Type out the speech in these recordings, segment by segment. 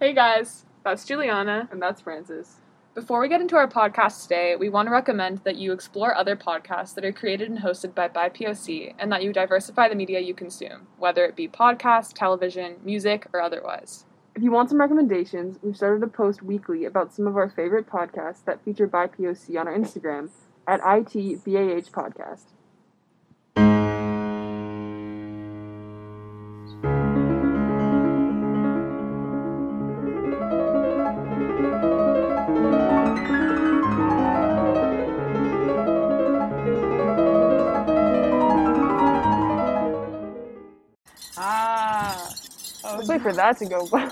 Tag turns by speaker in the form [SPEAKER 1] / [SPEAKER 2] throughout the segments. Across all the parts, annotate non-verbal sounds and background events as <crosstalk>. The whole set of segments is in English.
[SPEAKER 1] Hey guys, that's Juliana.
[SPEAKER 2] And that's Francis.
[SPEAKER 1] Before we get into our podcast today, we want to recommend that you explore other podcasts that are created and hosted by BiPOC and that you diversify the media you consume, whether it be podcasts, television, music, or otherwise.
[SPEAKER 2] If you want some recommendations, we've started a post weekly about some of our favorite podcasts that feature by POC on our Instagram at ITBAH Podcast.
[SPEAKER 1] Ah.
[SPEAKER 2] Let's wait for that to go <laughs> by.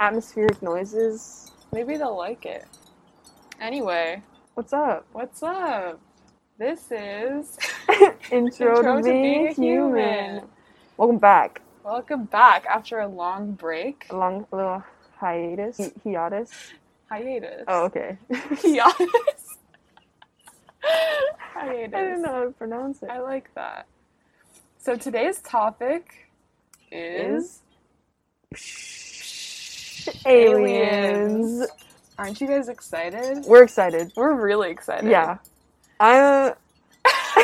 [SPEAKER 2] Atmospheric noises.
[SPEAKER 1] Maybe they'll like it. Anyway,
[SPEAKER 2] What's up? <laughs>
[SPEAKER 1] what's up? This is
[SPEAKER 2] Intro, to, being a human. Welcome back.
[SPEAKER 1] Welcome back after a long break.
[SPEAKER 2] A long little hiatus. Hi- hiatus.
[SPEAKER 1] Hiatus. <laughs>
[SPEAKER 2] Oh, okay. <laughs>
[SPEAKER 1] Hiatus.
[SPEAKER 2] I
[SPEAKER 1] Hiatus.
[SPEAKER 2] didn't know how to pronounce it.
[SPEAKER 1] I like that. So today's topic is
[SPEAKER 2] Aliens.
[SPEAKER 1] Aren't you guys excited?
[SPEAKER 2] We're excited.
[SPEAKER 1] We're really excited.
[SPEAKER 2] Yeah. uh, I'm.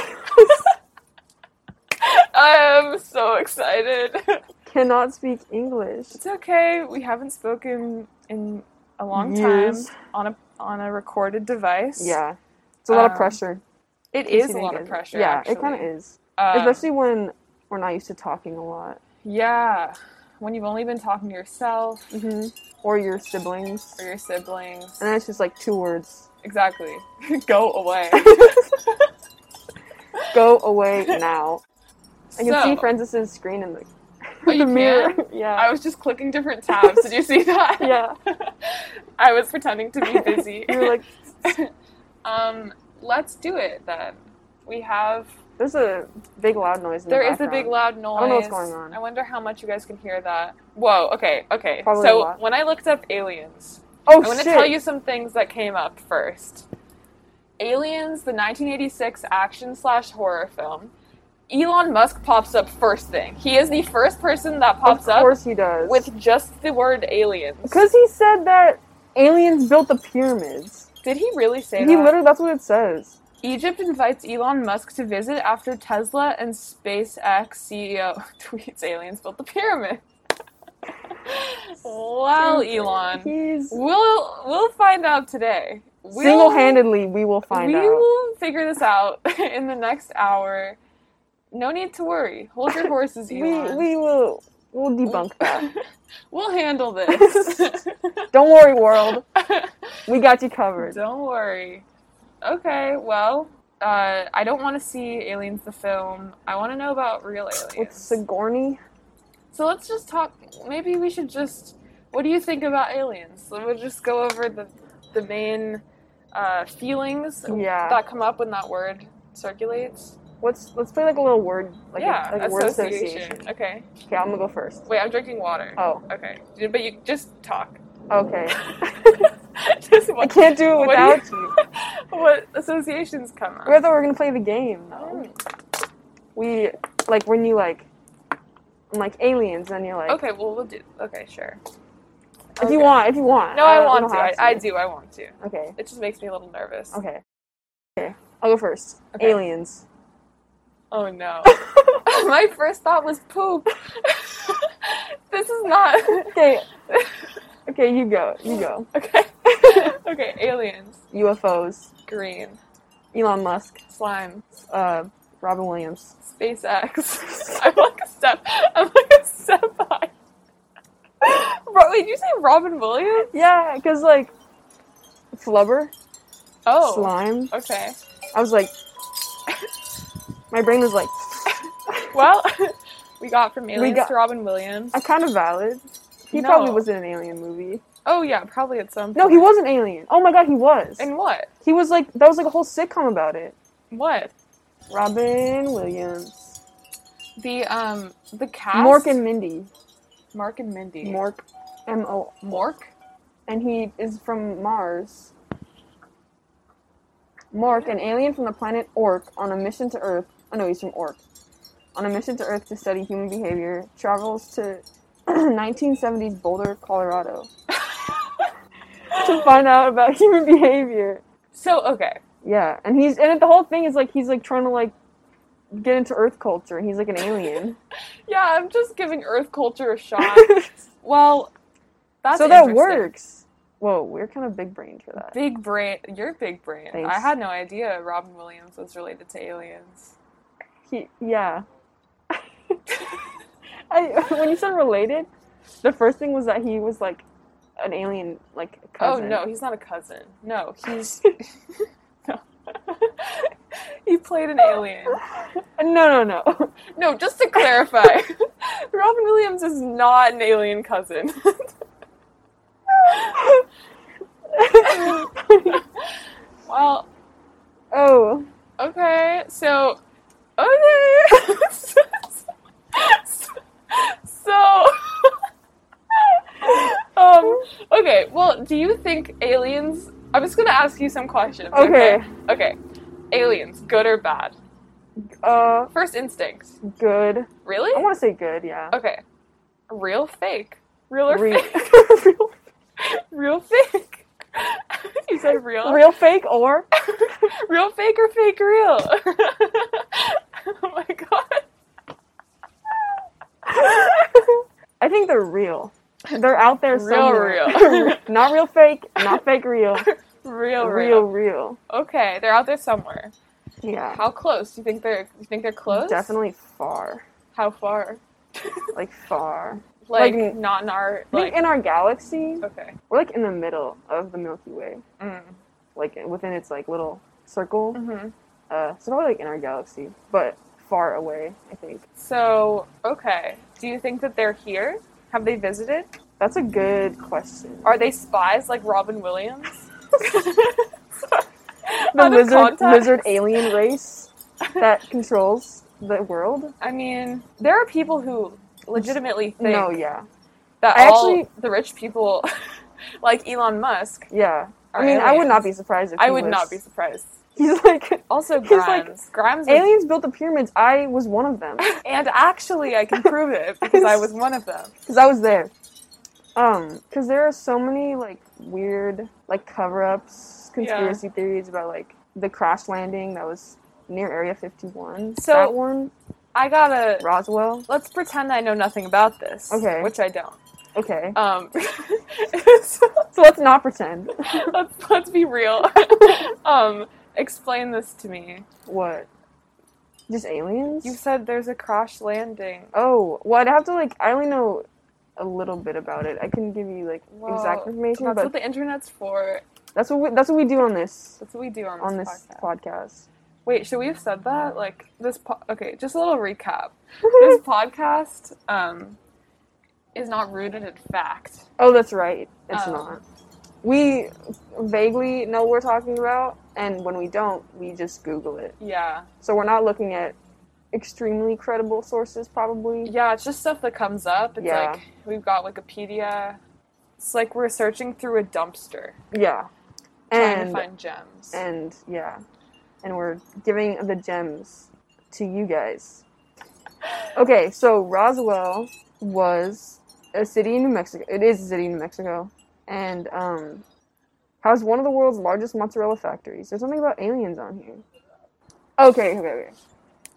[SPEAKER 1] <laughs> I'm so excited.
[SPEAKER 2] cannot speak English.
[SPEAKER 1] it's okay. We haven't spoken in a long
[SPEAKER 2] Years.
[SPEAKER 1] time on a on a recorded device.
[SPEAKER 2] Yeah. It's a lot
[SPEAKER 1] Um,
[SPEAKER 2] of pressure.
[SPEAKER 1] It is a
[SPEAKER 2] Teaching
[SPEAKER 1] lot of
[SPEAKER 2] English.
[SPEAKER 1] pressure.
[SPEAKER 2] Yeah, it kind of is.
[SPEAKER 1] Um,
[SPEAKER 2] Especially when we're not used to talking a lot.
[SPEAKER 1] yeah, when you've only been talking to yourself
[SPEAKER 2] Mm-hmm. Or your siblings.
[SPEAKER 1] or your siblings.
[SPEAKER 2] And then it's just like two words.
[SPEAKER 1] Exactly. <laughs> Go
[SPEAKER 2] <laughs>
[SPEAKER 1] away.
[SPEAKER 2] Go
[SPEAKER 1] <laughs>
[SPEAKER 2] away now. I can
[SPEAKER 1] So-
[SPEAKER 2] see Francis's screen in the,
[SPEAKER 1] Oh,
[SPEAKER 2] the
[SPEAKER 1] you
[SPEAKER 2] mirror. <laughs>
[SPEAKER 1] can?
[SPEAKER 2] Yeah.
[SPEAKER 1] I was just clicking different tabs. Did you see that?
[SPEAKER 2] <laughs> yeah.
[SPEAKER 1] <laughs> I was pretending
[SPEAKER 2] <laughs>
[SPEAKER 1] to be busy. <laughs>
[SPEAKER 2] you were like,
[SPEAKER 1] um, let's do it then. We have
[SPEAKER 2] there's a big loud noise in
[SPEAKER 1] there
[SPEAKER 2] the
[SPEAKER 1] is a big
[SPEAKER 2] background.
[SPEAKER 1] loud noise.
[SPEAKER 2] don't know what's going on.
[SPEAKER 1] I wonder how much you guys can hear that. Whoa. Okay. Okay.
[SPEAKER 2] Probably a
[SPEAKER 1] so
[SPEAKER 2] lot.
[SPEAKER 1] when I looked up aliens,
[SPEAKER 2] Oh,
[SPEAKER 1] I want to
[SPEAKER 2] shit.
[SPEAKER 1] tell you some things that came up first. Aliens, the 1986 action slash horror film. Elon Musk pops up first thing. He is the first person that pops
[SPEAKER 2] of
[SPEAKER 1] up
[SPEAKER 2] course he does.
[SPEAKER 1] with just the word aliens.
[SPEAKER 2] Because he said that aliens built the pyramids.
[SPEAKER 1] Did he really say
[SPEAKER 2] He
[SPEAKER 1] that?
[SPEAKER 2] literally, that's what it says.
[SPEAKER 1] Egypt invites Elon Musk to visit after Tesla and SpaceX CEO <laughs> tweets aliens built the pyramid. <laughs> wow,
[SPEAKER 2] Dude,
[SPEAKER 1] Elon.
[SPEAKER 2] He's
[SPEAKER 1] We'll we'll find out today. We'll-
[SPEAKER 2] single-handedly. We will find
[SPEAKER 1] we
[SPEAKER 2] out.
[SPEAKER 1] will figure this out <laughs> in the next hour. No need to worry. Hold your horses,
[SPEAKER 2] <laughs> we
[SPEAKER 1] Elon.
[SPEAKER 2] we will
[SPEAKER 1] <laughs>
[SPEAKER 2] we'll debunk that.
[SPEAKER 1] we'll
[SPEAKER 2] <laughs>
[SPEAKER 1] handle this.
[SPEAKER 2] Don't
[SPEAKER 1] <laughs>
[SPEAKER 2] worry, world. We got you covered.
[SPEAKER 1] Don't worry. Okay, well, uh, I don't want to see Aliens the film. I want to know about real aliens.
[SPEAKER 2] With Sigourney,
[SPEAKER 1] so let's just talk. Maybe we should just. What do you think about aliens? So we'll just go over the the main uh, feelings
[SPEAKER 2] Yeah.
[SPEAKER 1] that come up when that word circulates.
[SPEAKER 2] let's let's play like a little word, like
[SPEAKER 1] yeah,
[SPEAKER 2] a, like a word association.
[SPEAKER 1] Okay.
[SPEAKER 2] Okay, I'm gonna go first.
[SPEAKER 1] Wait, I'm drinking water.
[SPEAKER 2] Oh,
[SPEAKER 1] Okay, but you just talk. <laughs>
[SPEAKER 2] <laughs> okay.
[SPEAKER 1] just
[SPEAKER 2] I
[SPEAKER 1] what,
[SPEAKER 2] can't do it
[SPEAKER 1] What do you- <laughs>
[SPEAKER 2] without you.
[SPEAKER 1] what associations come up?
[SPEAKER 2] We thought we were gonna play the game though.
[SPEAKER 1] Mm.
[SPEAKER 2] We like when you like, I'm like aliens, and you're like,
[SPEAKER 1] Okay, well we'll do. Okay, sure.
[SPEAKER 2] if you
[SPEAKER 1] Okay.
[SPEAKER 2] want, if you want.
[SPEAKER 1] No, I,
[SPEAKER 2] don't- we
[SPEAKER 1] want
[SPEAKER 2] don't
[SPEAKER 1] to.
[SPEAKER 2] have
[SPEAKER 1] I, I do. I want to.
[SPEAKER 2] Okay,
[SPEAKER 1] It just makes me a little nervous.
[SPEAKER 2] okay, okay. I'll go first.
[SPEAKER 1] Okay. <laughs>
[SPEAKER 2] Aliens.
[SPEAKER 1] Oh
[SPEAKER 2] <laughs>
[SPEAKER 1] no. My first thought was poop. <laughs> this is not
[SPEAKER 2] <laughs> Okay. Okay, you go. You go.
[SPEAKER 1] okay. okay, aliens,
[SPEAKER 2] UFOs.
[SPEAKER 1] green,
[SPEAKER 2] Elon Musk.
[SPEAKER 1] slime,
[SPEAKER 2] Uh, Robin Williams.
[SPEAKER 1] SpaceX. <laughs> I'm like a step. I'm like a step high. <laughs> Bro, wait, did you say Robin Williams?
[SPEAKER 2] Yeah, cause like, flubber.
[SPEAKER 1] Oh,
[SPEAKER 2] Slime.
[SPEAKER 1] okay.
[SPEAKER 2] I was like, my brain was like,
[SPEAKER 1] Well, <laughs> we got from aliens
[SPEAKER 2] got-
[SPEAKER 1] to Robin Williams.
[SPEAKER 2] I kind of valid. He
[SPEAKER 1] No.
[SPEAKER 2] probably was in an alien movie.
[SPEAKER 1] Oh yeah, probably at some. Point.
[SPEAKER 2] No, he was an alien. Oh my god, he was.
[SPEAKER 1] And what?
[SPEAKER 2] He was like that was like a whole sitcom about it.
[SPEAKER 1] What?
[SPEAKER 2] Robin Williams,
[SPEAKER 1] The um the cast.
[SPEAKER 2] Mork and Mindy,
[SPEAKER 1] Mark and Mindy.
[SPEAKER 2] Mork, M O,
[SPEAKER 1] Mork?
[SPEAKER 2] and he is from Mars. Mork, an alien from the planet Ork, on a mission to Earth. Oh no, he's from Ork. On a mission to <clears throat> Earth to study human behavior, travels to 1970s Boulder, Colorado, <laughs> to find out about human behavior.
[SPEAKER 1] So okay.
[SPEAKER 2] Yeah, and he's and the whole thing is like he's like trying to like get into Earth culture, and he's like an alien.
[SPEAKER 1] Yeah, I'm just giving Earth culture a
[SPEAKER 2] <laughs>
[SPEAKER 1] shot. well, <laughs> that's
[SPEAKER 2] so that
[SPEAKER 1] interesting.
[SPEAKER 2] works. Whoa, we're kind of big brained for that.
[SPEAKER 1] Big brain. You're big brain.
[SPEAKER 2] Thanks.
[SPEAKER 1] I had no idea Robin Williams was related to aliens. <laughs>
[SPEAKER 2] He, yeah. <laughs> I, <laughs> when you said related, the first thing was that he was like an alien, like cousin.
[SPEAKER 1] Oh no, he's not a cousin. No,
[SPEAKER 2] <laughs>
[SPEAKER 1] he's no. <laughs> he played an alien.
[SPEAKER 2] no, no, no. <laughs>
[SPEAKER 1] No, just to clarify, <laughs> Robin Williams is not an alien cousin. <laughs> well,
[SPEAKER 2] oh,
[SPEAKER 1] okay, so okay, <laughs> so <laughs> um, okay. Well, do you think aliens? I'm just gonna ask you some questions.
[SPEAKER 2] okay.
[SPEAKER 1] Okay. Aliens, good or bad?
[SPEAKER 2] Uh,
[SPEAKER 1] First instinct.
[SPEAKER 2] good. I
[SPEAKER 1] Really?
[SPEAKER 2] want to say good. Yeah.
[SPEAKER 1] Okay. Real fake. Real or
[SPEAKER 2] Re-
[SPEAKER 1] fake? <laughs>
[SPEAKER 2] <laughs>
[SPEAKER 1] Real fake. <laughs> you said real.
[SPEAKER 2] Real fake or <laughs>
[SPEAKER 1] Real fake or fake real? <laughs> oh my god.
[SPEAKER 2] I think they're real. They're out there
[SPEAKER 1] Real,
[SPEAKER 2] somewhere.
[SPEAKER 1] real.
[SPEAKER 2] not <laughs> real fake, not fake real.
[SPEAKER 1] <laughs> Real, real.
[SPEAKER 2] real, real.
[SPEAKER 1] Okay, they're out there somewhere.
[SPEAKER 2] Yeah.
[SPEAKER 1] How close? Do you think they're? You think they're close?
[SPEAKER 2] Definitely far.
[SPEAKER 1] How far?
[SPEAKER 2] Like far.
[SPEAKER 1] Like,
[SPEAKER 2] Like-
[SPEAKER 1] not in our
[SPEAKER 2] I think
[SPEAKER 1] like.
[SPEAKER 2] in our galaxy,
[SPEAKER 1] Okay.
[SPEAKER 2] we're like in the middle of the Milky Way,
[SPEAKER 1] Mm.
[SPEAKER 2] like within its like little circle.
[SPEAKER 1] hmm
[SPEAKER 2] Uh, so not like in our galaxy, but far away. I think
[SPEAKER 1] So okay. Do you think that they're here? Have they visited?
[SPEAKER 2] that's a good question.
[SPEAKER 1] Are they spies like Robin Williams?
[SPEAKER 2] <laughs>
[SPEAKER 1] <laughs>
[SPEAKER 2] The
[SPEAKER 1] Out of
[SPEAKER 2] lizard,
[SPEAKER 1] context?
[SPEAKER 2] lizard
[SPEAKER 1] <laughs>
[SPEAKER 2] alien race that controls the world.
[SPEAKER 1] I mean, there are people who legitimately think
[SPEAKER 2] No, yeah,
[SPEAKER 1] that
[SPEAKER 2] I
[SPEAKER 1] all
[SPEAKER 2] actually-
[SPEAKER 1] the rich people, <laughs> like Elon Musk,
[SPEAKER 2] yeah.
[SPEAKER 1] are
[SPEAKER 2] I mean, I would not be
[SPEAKER 1] aliens.
[SPEAKER 2] surprised if
[SPEAKER 1] I
[SPEAKER 2] he
[SPEAKER 1] would
[SPEAKER 2] was-
[SPEAKER 1] not be surprised.
[SPEAKER 2] <laughs> He's
[SPEAKER 1] <laughs>
[SPEAKER 2] like
[SPEAKER 1] Also,
[SPEAKER 2] He's like,
[SPEAKER 1] Grimes. Grimes was-
[SPEAKER 2] aliens built the pyramids. I was one of them
[SPEAKER 1] <laughs> and actually, I can prove it
[SPEAKER 2] <laughs>
[SPEAKER 1] because I was one of them.
[SPEAKER 2] because I was there. Um, because there are so many like weird like cover-ups, conspiracy theories about like the crash landing that was near Area 51.
[SPEAKER 1] So-
[SPEAKER 2] that one,
[SPEAKER 1] I gotta.
[SPEAKER 2] Roswell.
[SPEAKER 1] Let's pretend I know nothing about this.
[SPEAKER 2] Okay.
[SPEAKER 1] Which I don't.
[SPEAKER 2] Okay,
[SPEAKER 1] Um, <laughs> so
[SPEAKER 2] so let's not pretend.
[SPEAKER 1] let's, let's be real. <laughs> um, explain this to me.
[SPEAKER 2] What? Just aliens?
[SPEAKER 1] You said there's a crash landing.
[SPEAKER 2] Oh, well, I'd have to like I only know a little bit about it. I couldn't give you like
[SPEAKER 1] Well,
[SPEAKER 2] exact information,
[SPEAKER 1] That's
[SPEAKER 2] but
[SPEAKER 1] what the internet's for.
[SPEAKER 2] that's what we, that's what we do on this
[SPEAKER 1] That's what we do on this,
[SPEAKER 2] on this
[SPEAKER 1] podcast.
[SPEAKER 2] podcast. <laughs>
[SPEAKER 1] Wait, should we have said that? Like this? Po- okay, just a little
[SPEAKER 2] <laughs>
[SPEAKER 1] recap. this podcast um, is not rooted in fact.
[SPEAKER 2] Oh, that's right. It's
[SPEAKER 1] Oh.
[SPEAKER 2] not. We vaguely know what we're talking about, and when we don't, we just Google it.
[SPEAKER 1] Yeah,
[SPEAKER 2] So we're not looking at extremely credible sources, probably.
[SPEAKER 1] yeah. It's just stuff that comes up. It's
[SPEAKER 2] Yeah.
[SPEAKER 1] like we've got Wikipedia. It's like we're searching through a dumpster
[SPEAKER 2] Yeah.
[SPEAKER 1] trying to
[SPEAKER 2] And
[SPEAKER 1] find gems.
[SPEAKER 2] and yeah, and we're giving the gems to you guys. Okay, so Roswell was a city in New Mexico. It is a city in New Mexico, and um, housed one of the world's largest mozzarella factories. There's something about aliens on here. Okay, okay, okay.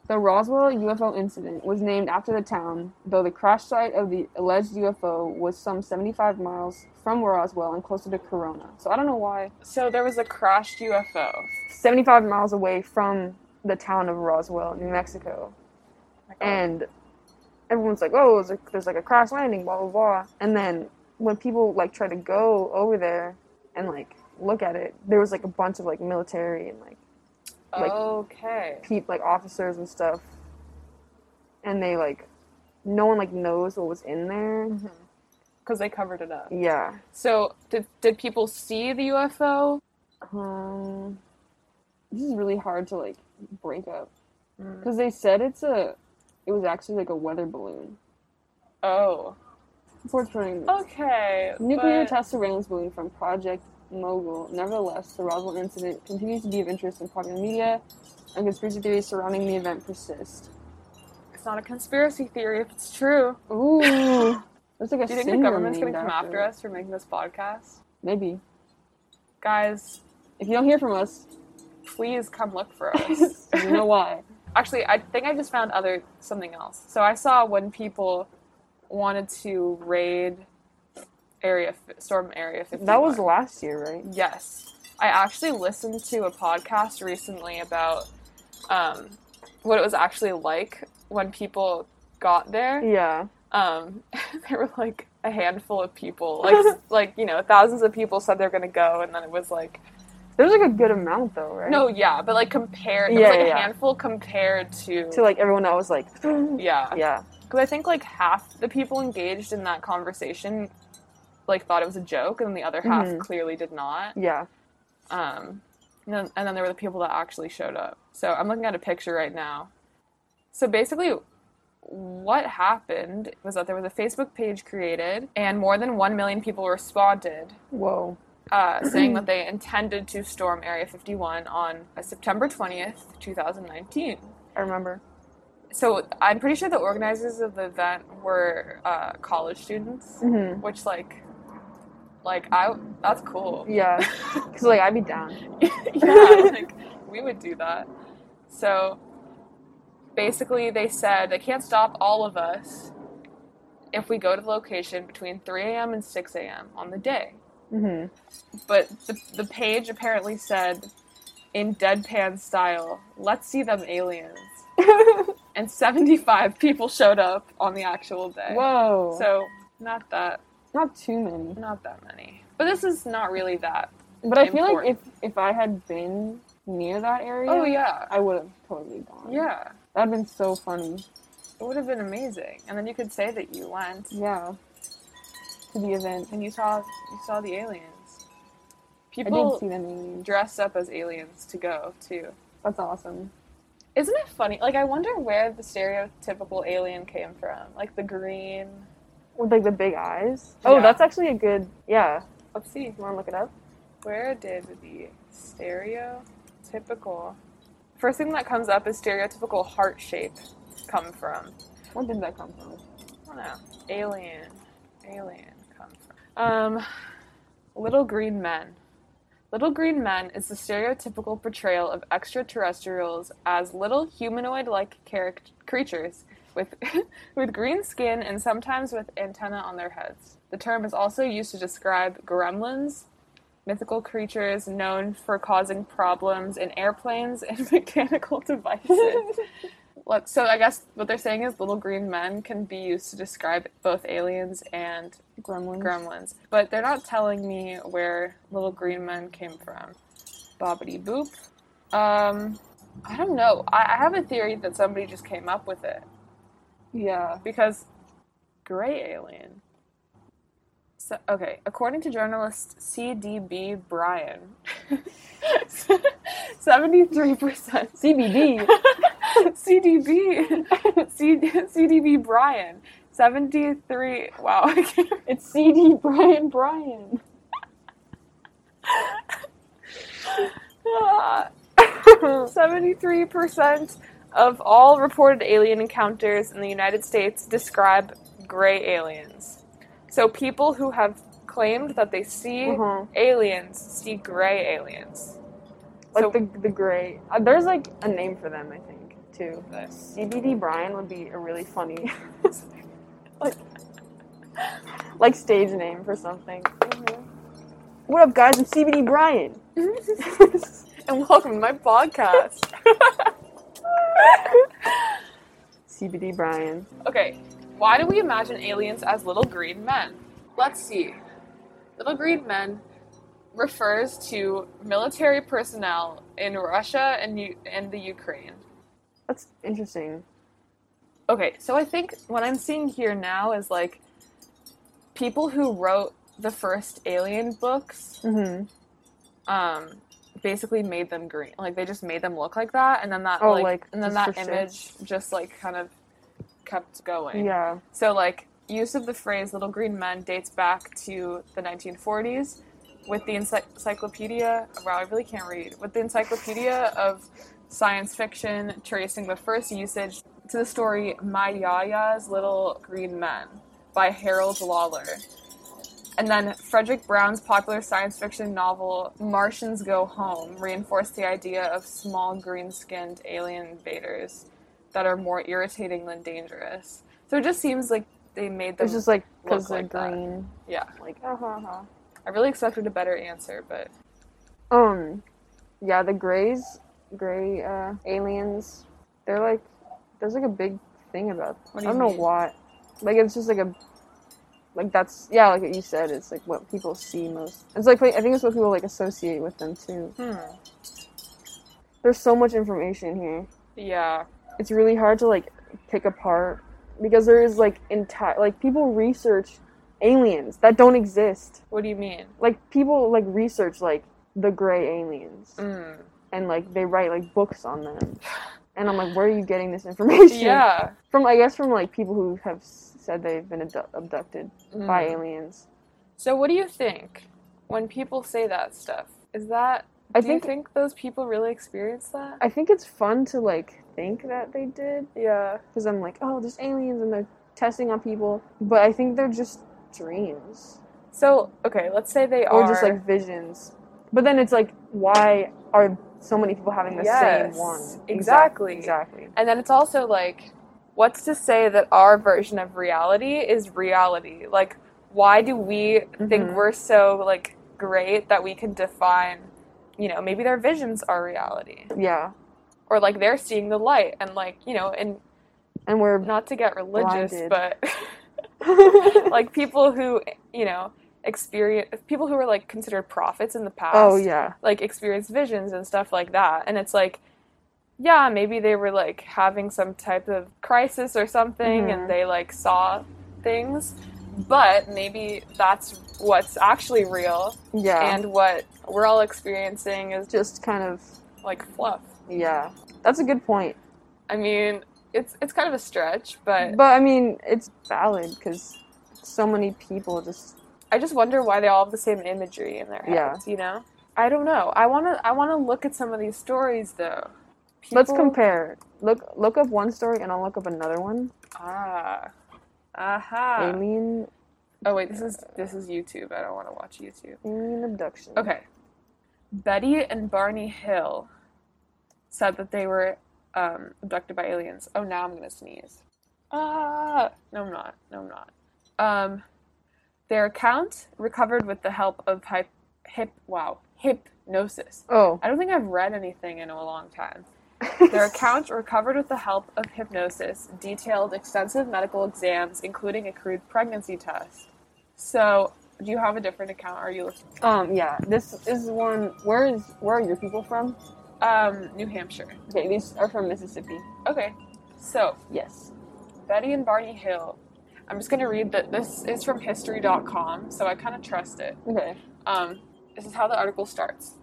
[SPEAKER 2] The Roswell UFO incident was named after the town, though the crash site of the alleged UFO was some 75 miles from Roswell and closer to Corona. So I don't know why
[SPEAKER 1] so there was a crashed UFO.
[SPEAKER 2] 75 miles away from the town of Roswell, New Mexico.
[SPEAKER 1] Oh.
[SPEAKER 2] And everyone's like, oh, there's, a, there's like a crash landing, blah, blah, blah. And then when people like try to go over there and like look at it, there was like a bunch of like military and like like-
[SPEAKER 1] okay.
[SPEAKER 2] peep like officers and stuff. And they like, no one like knows what was in there.
[SPEAKER 1] Because they covered it up.
[SPEAKER 2] Yeah.
[SPEAKER 1] So did did people see the UFO?
[SPEAKER 2] Um, this is really hard to like break up because they said it's a, it was actually like a weather balloon.
[SPEAKER 1] Oh,
[SPEAKER 2] Before turning
[SPEAKER 1] okay.
[SPEAKER 2] nuclear
[SPEAKER 1] but-
[SPEAKER 2] test surveillance balloon from Project Mogul. Nevertheless, the Roswell incident continues to be of interest in popular media, and conspiracy theories surrounding the event persist. <laughs>
[SPEAKER 1] It's not a conspiracy theory if it's true.
[SPEAKER 2] Ooh, There's like a
[SPEAKER 1] Do you think the
[SPEAKER 2] syndrome
[SPEAKER 1] government's
[SPEAKER 2] named
[SPEAKER 1] going to come after
[SPEAKER 2] it.
[SPEAKER 1] us for making this podcast?
[SPEAKER 2] Maybe.
[SPEAKER 1] Guys,
[SPEAKER 2] If you don't hear from us,
[SPEAKER 1] please come look
[SPEAKER 2] <laughs>
[SPEAKER 1] for us.
[SPEAKER 2] you know why.
[SPEAKER 1] Actually, I think I just found other something else. So I saw when people wanted to raid area fi- storm area 51.
[SPEAKER 2] That was last year, right?
[SPEAKER 1] Yes. I actually listened to a podcast recently about um, what it was actually like when people got there.
[SPEAKER 2] Yeah.
[SPEAKER 1] Um, <laughs> there were like a handful of people,
[SPEAKER 2] <laughs>
[SPEAKER 1] like like you know, thousands of people said they're gonna go, and then it was like
[SPEAKER 2] There's like a good amount though, right?
[SPEAKER 1] no, yeah, but like compared, it was
[SPEAKER 2] Yeah,
[SPEAKER 1] like
[SPEAKER 2] yeah,
[SPEAKER 1] a
[SPEAKER 2] yeah.
[SPEAKER 1] handful compared to,
[SPEAKER 2] To like everyone that was like, <gasps>
[SPEAKER 1] yeah,
[SPEAKER 2] yeah,
[SPEAKER 1] because I think like half the people engaged in that conversation like thought it was a joke, and the other half
[SPEAKER 2] Mhm.
[SPEAKER 1] clearly did not.
[SPEAKER 2] yeah.
[SPEAKER 1] Um, and then, and then there were the people that actually showed up. So I'm looking at a picture right now. So basically, what happened was that there was a Facebook page created, and more than one million people responded,
[SPEAKER 2] Whoa.
[SPEAKER 1] uh, saying that they intended to storm Area 51 on uh, September 20th, 2019.
[SPEAKER 2] I remember.
[SPEAKER 1] So I'm pretty sure the organizers of the event were uh, college students,
[SPEAKER 2] hmm
[SPEAKER 1] which like, like I that's cool.
[SPEAKER 2] <laughs> Yeah. Cause like I'd be down.
[SPEAKER 1] <laughs> yeah, like we would do that. So basically, they said they can't stop all of us if we go to the location between 3 a.m. and 6 a.m. on the day.
[SPEAKER 2] hmm
[SPEAKER 1] But the, the page apparently said, in deadpan style, let's see them aliens. and 75 people showed up on the actual day.
[SPEAKER 2] <laughs> Whoa.
[SPEAKER 1] So, not that,
[SPEAKER 2] not too many.
[SPEAKER 1] not that many. But this is not really that.
[SPEAKER 2] But I feel like if
[SPEAKER 1] Important.
[SPEAKER 2] if I had been near that area,
[SPEAKER 1] Oh, yeah.
[SPEAKER 2] I would have totally gone.
[SPEAKER 1] Yeah.
[SPEAKER 2] That'd been so funny.
[SPEAKER 1] It would have been amazing, and then you could say that you went
[SPEAKER 2] Yeah. To the event.
[SPEAKER 1] and you saw you saw the aliens.
[SPEAKER 2] I did see
[SPEAKER 1] People
[SPEAKER 2] them aliens.
[SPEAKER 1] dress up as aliens to go too.
[SPEAKER 2] That's awesome.
[SPEAKER 1] Isn't it funny? Like I wonder where the stereotypical alien came from. Like the green.
[SPEAKER 2] With like the big eyes. Oh,
[SPEAKER 1] Yeah.
[SPEAKER 2] that's actually a good yeah.
[SPEAKER 1] Let's see.
[SPEAKER 2] You wanna look it up?
[SPEAKER 1] Where did the stereotypical? First thing that comes up is stereotypical heart shape come from.
[SPEAKER 2] Where did that come <laughs> from?
[SPEAKER 1] don't know. Alien. Alien comes from. Um, Little Green Men. Little Green Men is the stereotypical portrayal of extraterrestrials as little humanoid like creatures with, <laughs> with green skin and sometimes with antenna on their heads. The term is also used to describe gremlins, mythical creatures known for causing problems in airplanes and <laughs> mechanical devices. Look, so I guess what they're saying is little green men can be used to describe both aliens and
[SPEAKER 2] Gremlins.
[SPEAKER 1] gremlins, but they're not telling me where little green men came from. Bobbity boop. Um, I don't know. I, I have a theory that somebody just came up with it
[SPEAKER 2] yeah.
[SPEAKER 1] because gray alien. So okay, according to journalist C.D.B. Bryan, <laughs> seventy-three percent <laughs>
[SPEAKER 2] CBD.
[SPEAKER 1] CDB, C- CDB Brian, 73. Wow. I can't-
[SPEAKER 2] it's CD Brian
[SPEAKER 1] <laughs>
[SPEAKER 2] Brian.
[SPEAKER 1] Ah. 73% of all reported alien encounters in the United States describe gray aliens. So people who have claimed that they see
[SPEAKER 2] Uh-huh.
[SPEAKER 1] aliens see gray aliens.
[SPEAKER 2] Like
[SPEAKER 1] So-
[SPEAKER 2] the the gray. Uh, there's like a name for them, I think, too.
[SPEAKER 1] This.
[SPEAKER 2] CBD Brian would be a really funny <laughs> like like stage name for something.
[SPEAKER 1] Mm-hmm.
[SPEAKER 2] What up, guys? I'm CBD
[SPEAKER 1] <laughs>
[SPEAKER 2] Brian.
[SPEAKER 1] and welcome to my podcast.
[SPEAKER 2] CBD Brian.
[SPEAKER 1] Okay, why do we imagine aliens as little green men? Let's see. Little green men refers to military personnel in Russia and U- and the Ukraine.
[SPEAKER 2] That's interesting.
[SPEAKER 1] Okay, so I think what I'm seeing here now is like people who wrote the first alien books
[SPEAKER 2] Mm-hmm.
[SPEAKER 1] um basically made them green. Like they just made them look like that and then that
[SPEAKER 2] Oh,
[SPEAKER 1] like,
[SPEAKER 2] like,
[SPEAKER 1] and then
[SPEAKER 2] just
[SPEAKER 1] that
[SPEAKER 2] for
[SPEAKER 1] image just like kind of kept going.
[SPEAKER 2] Yeah.
[SPEAKER 1] So, like, use of the phrase little green men dates back to the 1940s with the ency- encyclopedia. Wow, I really can't read. With the encyclopedia of science fiction tracing the first usage to the story My Yaya's Little Green Men, by Harold Lawler. And then Frederick Brown's popular science fiction novel Martians Go Home reinforced the idea of small green skinned alien invaders that are more irritating than dangerous. So it just seems like they made them.
[SPEAKER 2] It's just like because
[SPEAKER 1] look
[SPEAKER 2] they're
[SPEAKER 1] like that.
[SPEAKER 2] green.
[SPEAKER 1] yeah.
[SPEAKER 2] Like uh huh. Uh-huh.
[SPEAKER 1] I really expected a better answer, but
[SPEAKER 2] Um, yeah, the grays, gray uh, aliens, they're like, there's like a big thing about.
[SPEAKER 1] What
[SPEAKER 2] I
[SPEAKER 1] do
[SPEAKER 2] don't
[SPEAKER 1] you
[SPEAKER 2] know
[SPEAKER 1] mean?
[SPEAKER 2] why. Like it's just like a, like that's yeah, like what you said. It's like what people see most. It's like I think it's what people like associate with them too.
[SPEAKER 1] hmm.
[SPEAKER 2] There's so much information here.
[SPEAKER 1] Yeah.
[SPEAKER 2] It's really hard to like pick apart because there is like entire like people research aliens that don't exist.
[SPEAKER 1] What do you mean?
[SPEAKER 2] Like people like research like the gray aliens.
[SPEAKER 1] Mm.
[SPEAKER 2] and like they write like books on them and i'm like where are you getting this information
[SPEAKER 1] Yeah.
[SPEAKER 2] from i guess from like people who have s- said they've been abdu- abducted
[SPEAKER 1] Mm.
[SPEAKER 2] by aliens
[SPEAKER 1] So what do you think when people say that stuff? Is that
[SPEAKER 2] i
[SPEAKER 1] do
[SPEAKER 2] think
[SPEAKER 1] you think those people really experience that?
[SPEAKER 2] i think it's fun to like think that they did
[SPEAKER 1] yeah.
[SPEAKER 2] because i'm like oh there's aliens and they're testing on people but i think they're just dreams
[SPEAKER 1] So okay, let's say they
[SPEAKER 2] or
[SPEAKER 1] are
[SPEAKER 2] just like visions but then it's like why are so many people having the
[SPEAKER 1] Yes,
[SPEAKER 2] same one
[SPEAKER 1] exactly.
[SPEAKER 2] exactly
[SPEAKER 1] And then it's also like, what's to say that our version of reality is reality? Like, why do we think
[SPEAKER 2] Mhm.
[SPEAKER 1] we're so like great that we can define? You know, maybe their visions are reality,
[SPEAKER 2] yeah
[SPEAKER 1] or like they're seeing the light, and like you know, and
[SPEAKER 2] and we're
[SPEAKER 1] not to get religious,
[SPEAKER 2] Blinded.
[SPEAKER 1] <laughs> but <laughs> <laughs> like people who you know experience people who are like considered prophets in the past
[SPEAKER 2] <laughs> oh yeah
[SPEAKER 1] like experience visions and stuff like that and it's like yeah maybe they were like having some type of crisis or something
[SPEAKER 2] Mhm.
[SPEAKER 1] and they like saw things but maybe that's what's actually real
[SPEAKER 2] yeah
[SPEAKER 1] and what we're all experiencing is
[SPEAKER 2] just kind of
[SPEAKER 1] like fluff
[SPEAKER 2] Yeah, that's a good point.
[SPEAKER 1] i mean it's it's kind of a stretch but
[SPEAKER 2] But, I mean, it's valid because so many people just
[SPEAKER 1] i just wonder why they all have the same imagery in their
[SPEAKER 2] Yeah.
[SPEAKER 1] heads you know i don't know i want to i want to look at some of these stories though
[SPEAKER 2] let's
[SPEAKER 1] People-
[SPEAKER 2] compare. Look, look up one story, and I'll look up another one.
[SPEAKER 1] ah aha
[SPEAKER 2] Alien,
[SPEAKER 1] Oh wait, this is this is YouTube. I don't want to watch YouTube.
[SPEAKER 2] alien abduction.
[SPEAKER 1] Okay. Betty and Barney Hill said that they were um, abducted by aliens. Oh, now I'm gonna sneeze. Ah, no, I'm not. No, I'm not. Um, their account recovered with the help of hyp- hip. Wow, hypnosis.
[SPEAKER 2] Oh,
[SPEAKER 1] I don't think I've read anything in a long time.
[SPEAKER 2] <laughs>
[SPEAKER 1] Their account, recovered with the help of hypnosis, detailed extensive medical exams, including a crude pregnancy test. So, do you have a different account? Are you looking?
[SPEAKER 2] um, yeah, this is one. Where is where are your people from?
[SPEAKER 1] Um, New Hampshire.
[SPEAKER 2] Okay, these are from Mississippi.
[SPEAKER 1] Okay. So,
[SPEAKER 2] Yes.
[SPEAKER 1] Betty and Barney Hill. I'm just going to read that this is from history.com, so I kind of trust it.
[SPEAKER 2] Okay.
[SPEAKER 1] Um, this is how the article starts.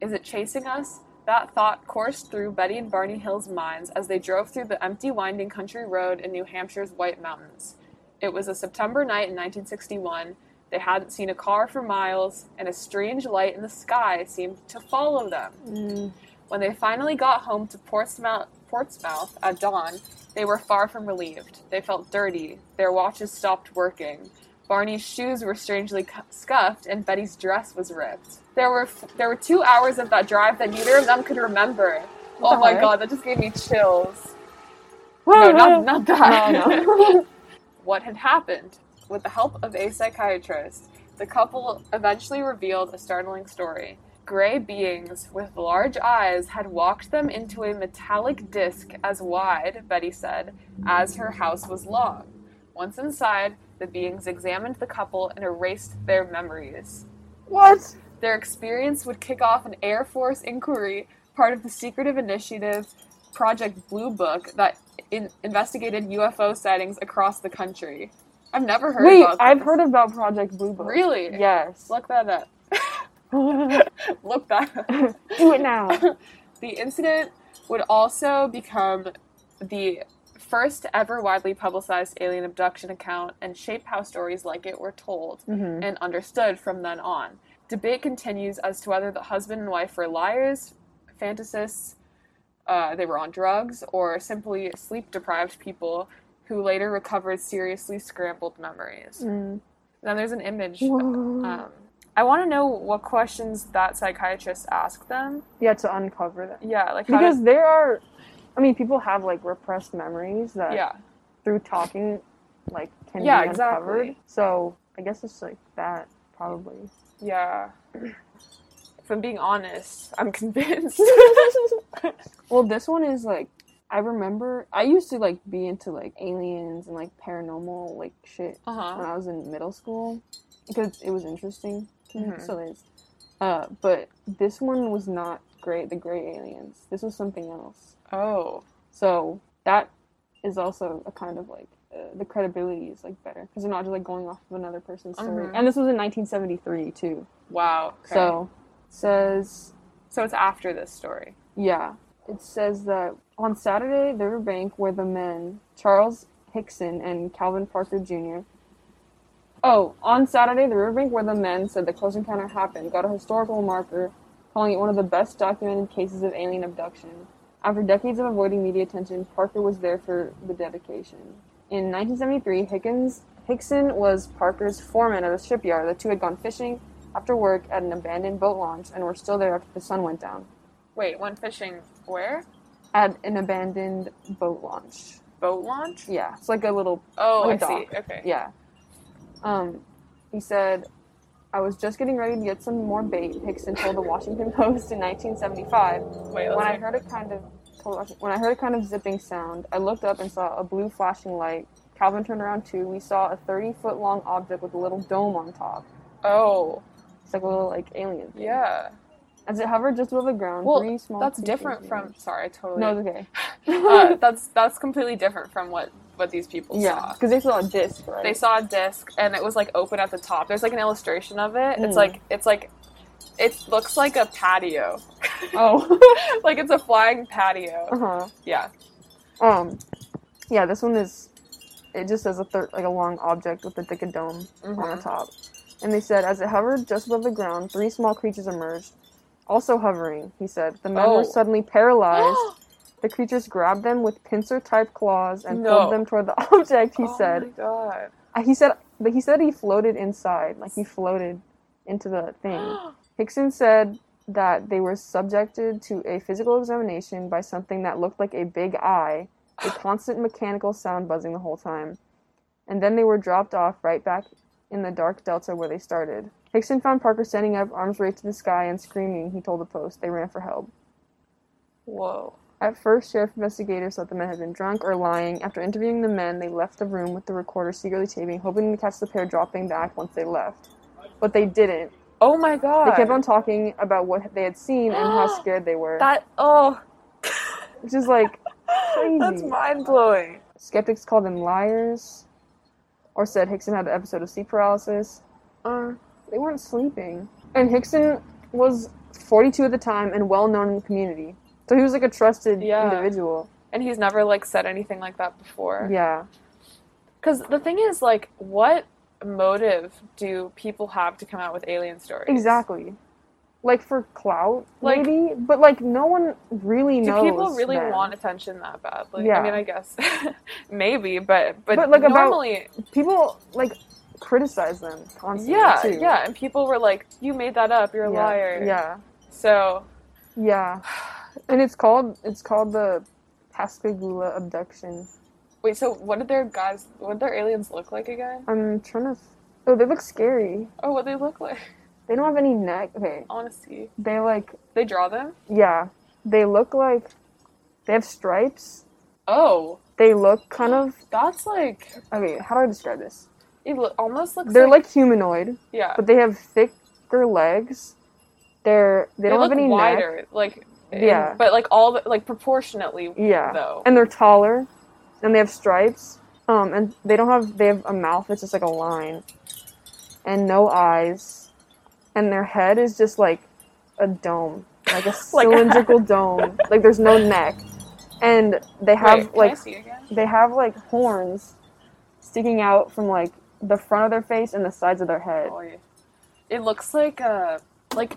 [SPEAKER 1] Is it chasing us? That thought coursed through Betty and Barney Hill's minds as they drove through the empty, winding country road in New Hampshire's White Mountains. It was a September night in 1961. They hadn't seen a car for miles, and a strange light in the sky seemed to follow them.
[SPEAKER 2] Mm,
[SPEAKER 1] When they finally got home to Portsmouth, Portsmouth at dawn, they were far from relieved. They felt dirty. Their watches stopped working. Barney's shoes were strangely cu- scuffed, and Betty's dress was ripped. There were f- there were two hours of that drive that neither of them could remember.
[SPEAKER 2] What
[SPEAKER 1] oh
[SPEAKER 2] the
[SPEAKER 1] my
[SPEAKER 2] heck?
[SPEAKER 1] god, that just gave me chills. No, not, not that.
[SPEAKER 2] No,
[SPEAKER 1] <laughs> what had happened? With the help of a psychiatrist, the couple eventually revealed a startling story. Gray beings with large eyes had walked them into a metallic disc as wide, Betty said, as her house was long. Once inside, the beings examined the couple and erased their memories.
[SPEAKER 2] what?
[SPEAKER 1] Their experience would kick off an Air Force inquiry, part of the secretive initiative Project Blue Book that in- investigated UFO sightings across the country. I've never heard
[SPEAKER 2] Wait,
[SPEAKER 1] about this.
[SPEAKER 2] I've heard about Project Blue Book.
[SPEAKER 1] Really?
[SPEAKER 2] Yes.
[SPEAKER 1] Look that up.
[SPEAKER 2] <laughs>
[SPEAKER 1] <laughs>
[SPEAKER 2] Do
[SPEAKER 1] Look that up. <laughs>
[SPEAKER 2] it now.
[SPEAKER 1] The incident would also become the first ever widely publicized alien abduction account and shape how stories like it were told.
[SPEAKER 2] Mm-hmm.
[SPEAKER 1] and understood from then on. Debate continues as to whether the husband and wife were liars, fantasists, uh, they were on drugs, or simply sleep deprived people who later recovered seriously scrambled memories.
[SPEAKER 2] Mm.
[SPEAKER 1] Then there's an image.
[SPEAKER 2] Whoa.
[SPEAKER 1] Um, I want to know what questions that psychiatrist asked them.
[SPEAKER 2] yeah, to uncover that.
[SPEAKER 1] Yeah, like how
[SPEAKER 2] Because
[SPEAKER 1] did,
[SPEAKER 2] there are, I mean, people have like repressed memories that
[SPEAKER 1] yeah,
[SPEAKER 2] through talking, like, can
[SPEAKER 1] Yeah,
[SPEAKER 2] be uncovered.
[SPEAKER 1] exactly.
[SPEAKER 2] So I guess it's like that,
[SPEAKER 1] <laughs>
[SPEAKER 2] probably.
[SPEAKER 1] yeah. If I'm being honest, I'm <laughs>
[SPEAKER 2] <laughs>
[SPEAKER 1] convinced.
[SPEAKER 2] Well, this one is like I remember I used to like be into like aliens and like paranormal like shit
[SPEAKER 1] uh huh.
[SPEAKER 2] when I was in middle school because it was interesting to me.
[SPEAKER 1] Mhm.
[SPEAKER 2] So it is. Uh, but this one was not great. The Great Aliens. This was something else.
[SPEAKER 1] Oh,
[SPEAKER 2] So that is also a kind of like uh, the credibility is like better because they're not just like going off of another person's story.
[SPEAKER 1] Mhm.
[SPEAKER 2] And this was in 1973 too.
[SPEAKER 1] wow. okay.
[SPEAKER 2] So it says
[SPEAKER 1] so it's after this story.
[SPEAKER 2] Yeah. It says that on Saturday, the Riverbank, where the men, Charles Hickson and Calvin Parker Jr. Oh, on Saturday, the Riverbank, where the men said the close encounter happened, got a historical marker, calling it one of the best documented cases of alien abduction. After decades of avoiding media attention, Parker was there for the dedication. In 1973, Hickens, Hickson was Parker's foreman at a shipyard. The two had gone fishing after work at an abandoned boat launch and were still there after the sun went down
[SPEAKER 1] Wait, went fishing where?
[SPEAKER 2] at an abandoned boat launch.
[SPEAKER 1] Boat launch?
[SPEAKER 2] Yeah, it's like a little
[SPEAKER 1] Oh,
[SPEAKER 2] Or
[SPEAKER 1] I
[SPEAKER 2] dock.
[SPEAKER 1] see. Okay.
[SPEAKER 2] yeah. Um, he said, "I was just getting ready to get some more bait." Hickson told the Washington <laughs> Post in 1975.
[SPEAKER 1] Wait,
[SPEAKER 2] When
[SPEAKER 1] let's
[SPEAKER 2] I
[SPEAKER 1] make-
[SPEAKER 2] heard a kind of when I heard a kind of zipping sound, I looked up and saw a blue flashing light. Calvin turned around too. We saw a 30 foot long object with a little dome on top.
[SPEAKER 1] Oh,
[SPEAKER 2] It's like a little like alien. thing.
[SPEAKER 1] yeah.
[SPEAKER 2] As it hovered just above the ground,
[SPEAKER 1] Well,
[SPEAKER 2] three small.
[SPEAKER 1] That's
[SPEAKER 2] creatures
[SPEAKER 1] different from. Sorry, I totally.
[SPEAKER 2] No, it's okay.
[SPEAKER 1] <laughs> uh, that's that's completely different from what what these people
[SPEAKER 2] <laughs> yeah,
[SPEAKER 1] saw.
[SPEAKER 2] because they saw a disc, right?
[SPEAKER 1] They saw a disc and it was like open at the top. There's like an illustration of it.
[SPEAKER 2] Mm.
[SPEAKER 1] It's like it's like it looks like a
[SPEAKER 2] <laughs>
[SPEAKER 1] patio.
[SPEAKER 2] Oh.
[SPEAKER 1] like it's a flying patio.
[SPEAKER 2] uh-huh.
[SPEAKER 1] Yeah.
[SPEAKER 2] Um, yeah, this one is. It just says a thir- like a long object with a like a dome on
[SPEAKER 1] Mhm.
[SPEAKER 2] the top, and they said as it hovered just above the ground, three small creatures emerged, also hovering. He said the men
[SPEAKER 1] Oh.
[SPEAKER 2] were suddenly paralyzed.
[SPEAKER 1] <gasps>
[SPEAKER 2] the creatures grabbed them with pincer-type claws and
[SPEAKER 1] No.
[SPEAKER 2] pulled them toward the <laughs> object. He
[SPEAKER 1] <gasps> oh
[SPEAKER 2] said.
[SPEAKER 1] My God.
[SPEAKER 2] Uh, He said. But he said he floated inside, like he floated into the thing. Hickson said that they were subjected to a physical examination by something that looked like a big eye, a constant mechanical sound buzzing the whole time. And then they were dropped off right back in the dark delta where they started. Hickson found Parker standing up, arms raised to the sky, and screaming, he told the Post. They ran for help.
[SPEAKER 1] <gasps> Whoa.
[SPEAKER 2] At first, sheriff investigators thought the men had been drunk or lying. After interviewing the men, they left the room with the recorder secretly taping, hoping to catch the pair dropping the act once they left. But they didn't.
[SPEAKER 1] Oh my God.
[SPEAKER 2] They kept on talking about what they had seen
[SPEAKER 1] <gasps>
[SPEAKER 2] and how scared they were,
[SPEAKER 1] that. Oh.
[SPEAKER 2] which is like
[SPEAKER 1] That's
[SPEAKER 2] Crazy.
[SPEAKER 1] mind blowing.
[SPEAKER 2] skeptics called them liars, or said Hickson had an episode of sleep paralysis. Uh, they weren't sleeping, and Hickson was 42 at the time and well known in the community, so he was like a trusted
[SPEAKER 1] Yeah.
[SPEAKER 2] individual.
[SPEAKER 1] And he's never like said anything like that before.
[SPEAKER 2] Yeah,
[SPEAKER 1] Because the thing is, like, what motive do people have to come out with alien stories?
[SPEAKER 2] exactly. Like for clout,
[SPEAKER 1] Like-
[SPEAKER 2] maybe, but like no one really
[SPEAKER 1] Do
[SPEAKER 2] knows.
[SPEAKER 1] people really
[SPEAKER 2] them.
[SPEAKER 1] want attention that badly?
[SPEAKER 2] Yeah.
[SPEAKER 1] I mean, I guess <laughs> maybe, but but,
[SPEAKER 2] But, like, about-
[SPEAKER 1] normally,
[SPEAKER 2] people like criticize them constantly?
[SPEAKER 1] yeah,
[SPEAKER 2] too.
[SPEAKER 1] yeah. And people were like, "You made that up. You're a
[SPEAKER 2] Yeah,
[SPEAKER 1] liar."
[SPEAKER 2] Yeah.
[SPEAKER 1] So
[SPEAKER 2] Yeah, and it's called it's called the Pascagoula abduction.
[SPEAKER 1] wait, so what did their guys? What did their aliens look like again?
[SPEAKER 2] I'm trying to. f- Oh, they look scary.
[SPEAKER 1] Oh, what they look like?
[SPEAKER 2] They don't have any neck. Okay,
[SPEAKER 1] I want to see.
[SPEAKER 2] they like
[SPEAKER 1] They draw them.
[SPEAKER 2] yeah. They look like they have stripes.
[SPEAKER 1] Oh,
[SPEAKER 2] They look kind of
[SPEAKER 1] that's like
[SPEAKER 2] okay. How do I describe this?
[SPEAKER 1] it lo- almost looks.
[SPEAKER 2] They're like humanoid,
[SPEAKER 1] yeah.
[SPEAKER 2] but they have thicker legs. They're they, don't
[SPEAKER 1] look
[SPEAKER 2] have any neck.
[SPEAKER 1] wider, like in-
[SPEAKER 2] Yeah.
[SPEAKER 1] but like all the, like proportionately
[SPEAKER 2] Yeah,
[SPEAKER 1] though.
[SPEAKER 2] and they're taller, and they have stripes. Um, and they don't have they have a mouth that's just like a line, and no eyes, and their head is just like a dome, like
[SPEAKER 1] <laughs> Like
[SPEAKER 2] a
[SPEAKER 1] a-
[SPEAKER 2] cylindrical dome. Like there's no neck, and they have
[SPEAKER 1] Wait, can I
[SPEAKER 2] like
[SPEAKER 1] see again?
[SPEAKER 2] they have like horns sticking out from like the front of their face and the sides of their head.
[SPEAKER 1] Oh, yeah. It looks like uh like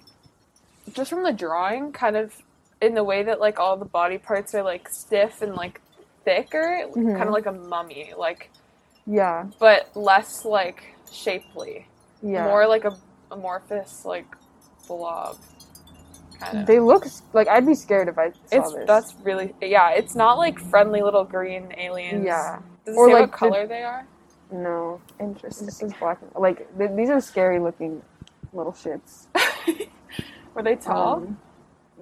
[SPEAKER 1] just from the drawing, kind of in the way that like all the body parts are like stiff and like thicker,
[SPEAKER 2] Mhm.
[SPEAKER 1] kind of like a mummy, like
[SPEAKER 2] Yeah.
[SPEAKER 1] but less like shapely,
[SPEAKER 2] Yeah.
[SPEAKER 1] more like a amorphous like blob. Kind of.
[SPEAKER 2] They look s- like I'd be scared if I saw
[SPEAKER 1] it's
[SPEAKER 2] this.
[SPEAKER 1] that's really yeah. It's not like friendly little green aliens.
[SPEAKER 2] yeah.
[SPEAKER 1] Does it
[SPEAKER 2] Or,
[SPEAKER 1] say
[SPEAKER 2] like,
[SPEAKER 1] what
[SPEAKER 2] the-
[SPEAKER 1] color they are?
[SPEAKER 2] No, this
[SPEAKER 3] Interesting.
[SPEAKER 2] is black. and- Like th- these are scary looking little shits.
[SPEAKER 1] Were they tall?
[SPEAKER 2] Um,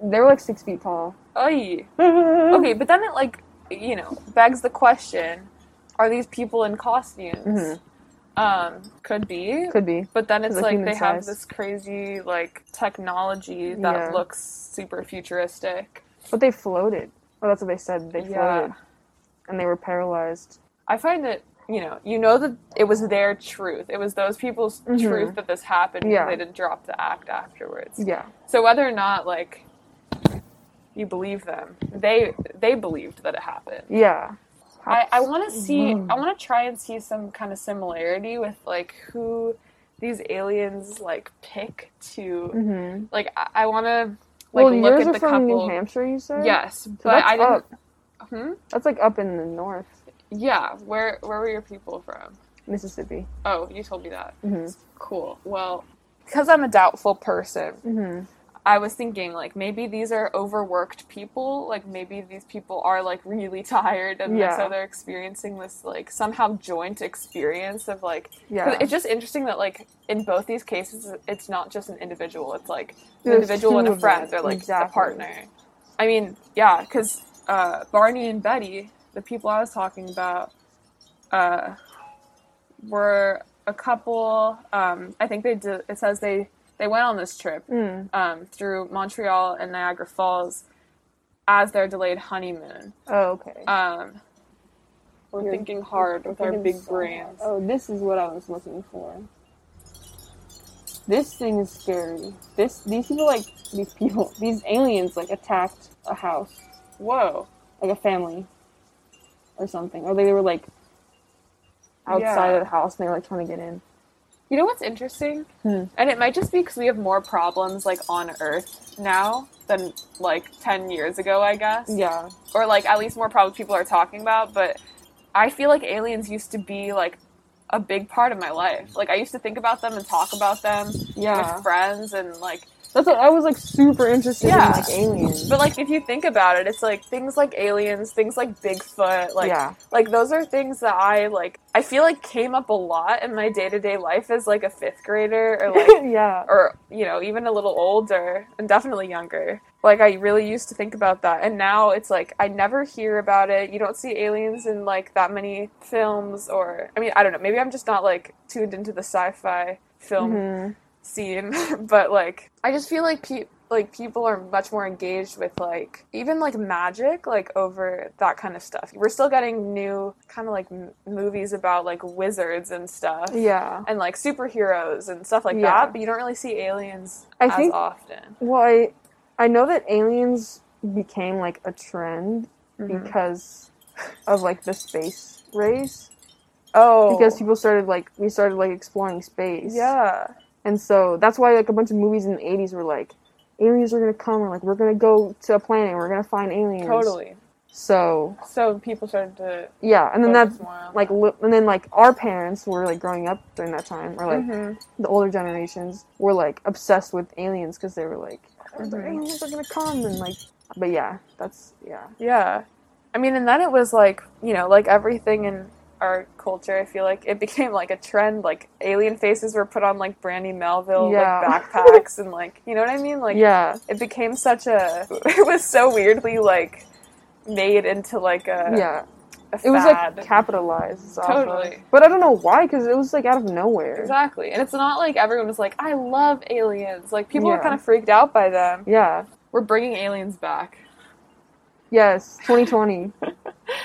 [SPEAKER 2] they were like six feet
[SPEAKER 1] <laughs>
[SPEAKER 2] tall.
[SPEAKER 1] Um, Oy.
[SPEAKER 2] okay.
[SPEAKER 1] Okay, but then it like you know begs the question: Are these people in costumes?
[SPEAKER 2] Mhm.
[SPEAKER 1] Um, Mm-hmm. could be,
[SPEAKER 2] Could be.
[SPEAKER 1] but then it's
[SPEAKER 2] the
[SPEAKER 1] like
[SPEAKER 2] human
[SPEAKER 1] they have
[SPEAKER 2] size.
[SPEAKER 1] this crazy like technology that
[SPEAKER 2] Yeah.
[SPEAKER 1] looks super futuristic.
[SPEAKER 2] But they floated. Oh, that's what they said. They floated.
[SPEAKER 1] Yeah.
[SPEAKER 2] And they were paralyzed.
[SPEAKER 1] I find that you know you know that it was their truth. It was those people's
[SPEAKER 2] Mhm.
[SPEAKER 1] truth that this happened. because
[SPEAKER 2] Yeah.
[SPEAKER 1] they didn't drop the act afterwards.
[SPEAKER 2] Yeah.
[SPEAKER 1] So whether or not like you believe them, they they believed that it happened.
[SPEAKER 2] Yeah.
[SPEAKER 1] I, I want to see.
[SPEAKER 2] Whoa.
[SPEAKER 1] I want to try and see some kind of similarity with like who these aliens like pick to.
[SPEAKER 2] Mm-hmm.
[SPEAKER 1] Like I, I want to like
[SPEAKER 2] well,
[SPEAKER 1] look
[SPEAKER 2] yours
[SPEAKER 1] at
[SPEAKER 2] are
[SPEAKER 1] the
[SPEAKER 2] from New
[SPEAKER 1] couple.
[SPEAKER 2] Hampshire, you said.
[SPEAKER 1] yes,
[SPEAKER 2] So
[SPEAKER 1] but
[SPEAKER 2] that's
[SPEAKER 1] I didn't.
[SPEAKER 2] up.
[SPEAKER 1] Hmm?
[SPEAKER 2] That's like up in the north,
[SPEAKER 1] Yeah, where where were your people from?
[SPEAKER 2] Mississippi.
[SPEAKER 1] Oh, you told me that.
[SPEAKER 2] Mm-hmm.
[SPEAKER 1] Cool. Well, because I'm a doubtful person,
[SPEAKER 2] Mm-hmm.
[SPEAKER 1] I was thinking like maybe these are overworked people. Like maybe these people are like really <laughs> tired, and
[SPEAKER 2] Yeah.
[SPEAKER 1] so they're experiencing this like somehow joint experience of like 'Cause
[SPEAKER 2] Yeah.
[SPEAKER 1] It's just interesting that like in both these cases, it's not just an individual. It's like an
[SPEAKER 2] There's
[SPEAKER 1] individual and
[SPEAKER 2] two
[SPEAKER 1] a
[SPEAKER 2] of
[SPEAKER 1] friend,
[SPEAKER 2] them.
[SPEAKER 1] or like a
[SPEAKER 2] Exactly.
[SPEAKER 1] partner. I mean, yeah, because uh, Barney and Betty, the people I was talking about, uh, were a couple. Um, I think they did. It says they they went on this trip
[SPEAKER 2] Mm.
[SPEAKER 1] um, through Montreal and Niagara Falls as their delayed honeymoon.
[SPEAKER 2] Oh, okay.
[SPEAKER 1] Um, we're
[SPEAKER 2] You're-
[SPEAKER 1] thinking hard with our big brains.
[SPEAKER 2] Oh, this is what I was looking for. This thing is scary. This these people like these people <laughs> these aliens like attacked a house
[SPEAKER 1] Whoa.
[SPEAKER 2] like a family or something or they, were like outside
[SPEAKER 1] Yeah.
[SPEAKER 2] of the house and they were like trying to get in.
[SPEAKER 1] You know what's interesting?
[SPEAKER 2] Hmm.
[SPEAKER 1] And it might just be because we have more problems like on Earth now than like 10 years ago, I guess.
[SPEAKER 2] Yeah.
[SPEAKER 1] Or like at least more problems people are talking about. But I feel like aliens used to be like a big part of my life. Like I used to think about them and talk about them
[SPEAKER 2] Yeah.
[SPEAKER 1] with friends and like,
[SPEAKER 2] That's what I was like super interested
[SPEAKER 1] Yeah.
[SPEAKER 2] in like aliens.
[SPEAKER 1] but like if you think about it, it's like things like aliens, things like Bigfoot, like
[SPEAKER 2] yeah.
[SPEAKER 1] like those are things that I like. I feel like came up a lot in my day to day life as like a fifth grader or <laughs> like
[SPEAKER 2] <laughs> yeah.
[SPEAKER 1] or you know even a little older and definitely younger like i really used to think about that and now it's like i never hear about it you don't see aliens in like that many films or i mean i don't know maybe i'm just not like tuned into the sci-fi film
[SPEAKER 2] Mhm.
[SPEAKER 1] scene <laughs> but like i just feel like pe- like people are much more engaged with like even like magic like over that kind of stuff we're still getting new kind of like m- movies about like wizards and stuff
[SPEAKER 2] Yeah.
[SPEAKER 1] and like superheroes and stuff like
[SPEAKER 2] Yeah.
[SPEAKER 1] that, but you don't really see aliens
[SPEAKER 2] I
[SPEAKER 1] as
[SPEAKER 2] think-
[SPEAKER 1] often.
[SPEAKER 2] Well, I I know that aliens became like a trend
[SPEAKER 1] Mhm.
[SPEAKER 2] because of like the space race
[SPEAKER 1] Oh,
[SPEAKER 2] because people started like we started like exploring space
[SPEAKER 1] yeah,
[SPEAKER 2] and so that's why like a bunch of movies in the 80s were like aliens are gonna come or like we're gonna go to a planet and we're gonna find aliens
[SPEAKER 1] totally.
[SPEAKER 2] so
[SPEAKER 1] So people started to
[SPEAKER 2] yeah and then
[SPEAKER 1] focus
[SPEAKER 2] that's
[SPEAKER 1] more on
[SPEAKER 2] like li- and then like our parents were like growing up during that time
[SPEAKER 1] that.
[SPEAKER 2] or like
[SPEAKER 1] Mhm.
[SPEAKER 2] the older generations were like obsessed with aliens because they were like "Oh, the
[SPEAKER 1] Mhm.
[SPEAKER 2] aliens are gonna come and like but yeah that's yeah
[SPEAKER 1] yeah. I mean, and then it was like you know, like everything in our culture. I feel like it <laughs> became like a trend. Like alien faces were put on like Brandy Melville
[SPEAKER 2] Yeah.
[SPEAKER 1] like backpacks and like you know what I mean. Like
[SPEAKER 2] yeah
[SPEAKER 1] it became such a. <laughs> It was so weirdly like made into like a.
[SPEAKER 2] yeah
[SPEAKER 1] a
[SPEAKER 2] It was
[SPEAKER 1] fad.
[SPEAKER 2] like capitalized. off of.
[SPEAKER 1] Totally.
[SPEAKER 2] But I don't know why, because it was like out of nowhere.
[SPEAKER 1] Exactly. And it's not like everyone was like, I love aliens. Like, people were
[SPEAKER 2] Yeah.
[SPEAKER 1] kind of freaked out by them.
[SPEAKER 2] Yeah.
[SPEAKER 1] We're bringing aliens back.
[SPEAKER 2] Yes.
[SPEAKER 1] <laughs>
[SPEAKER 2] 2020.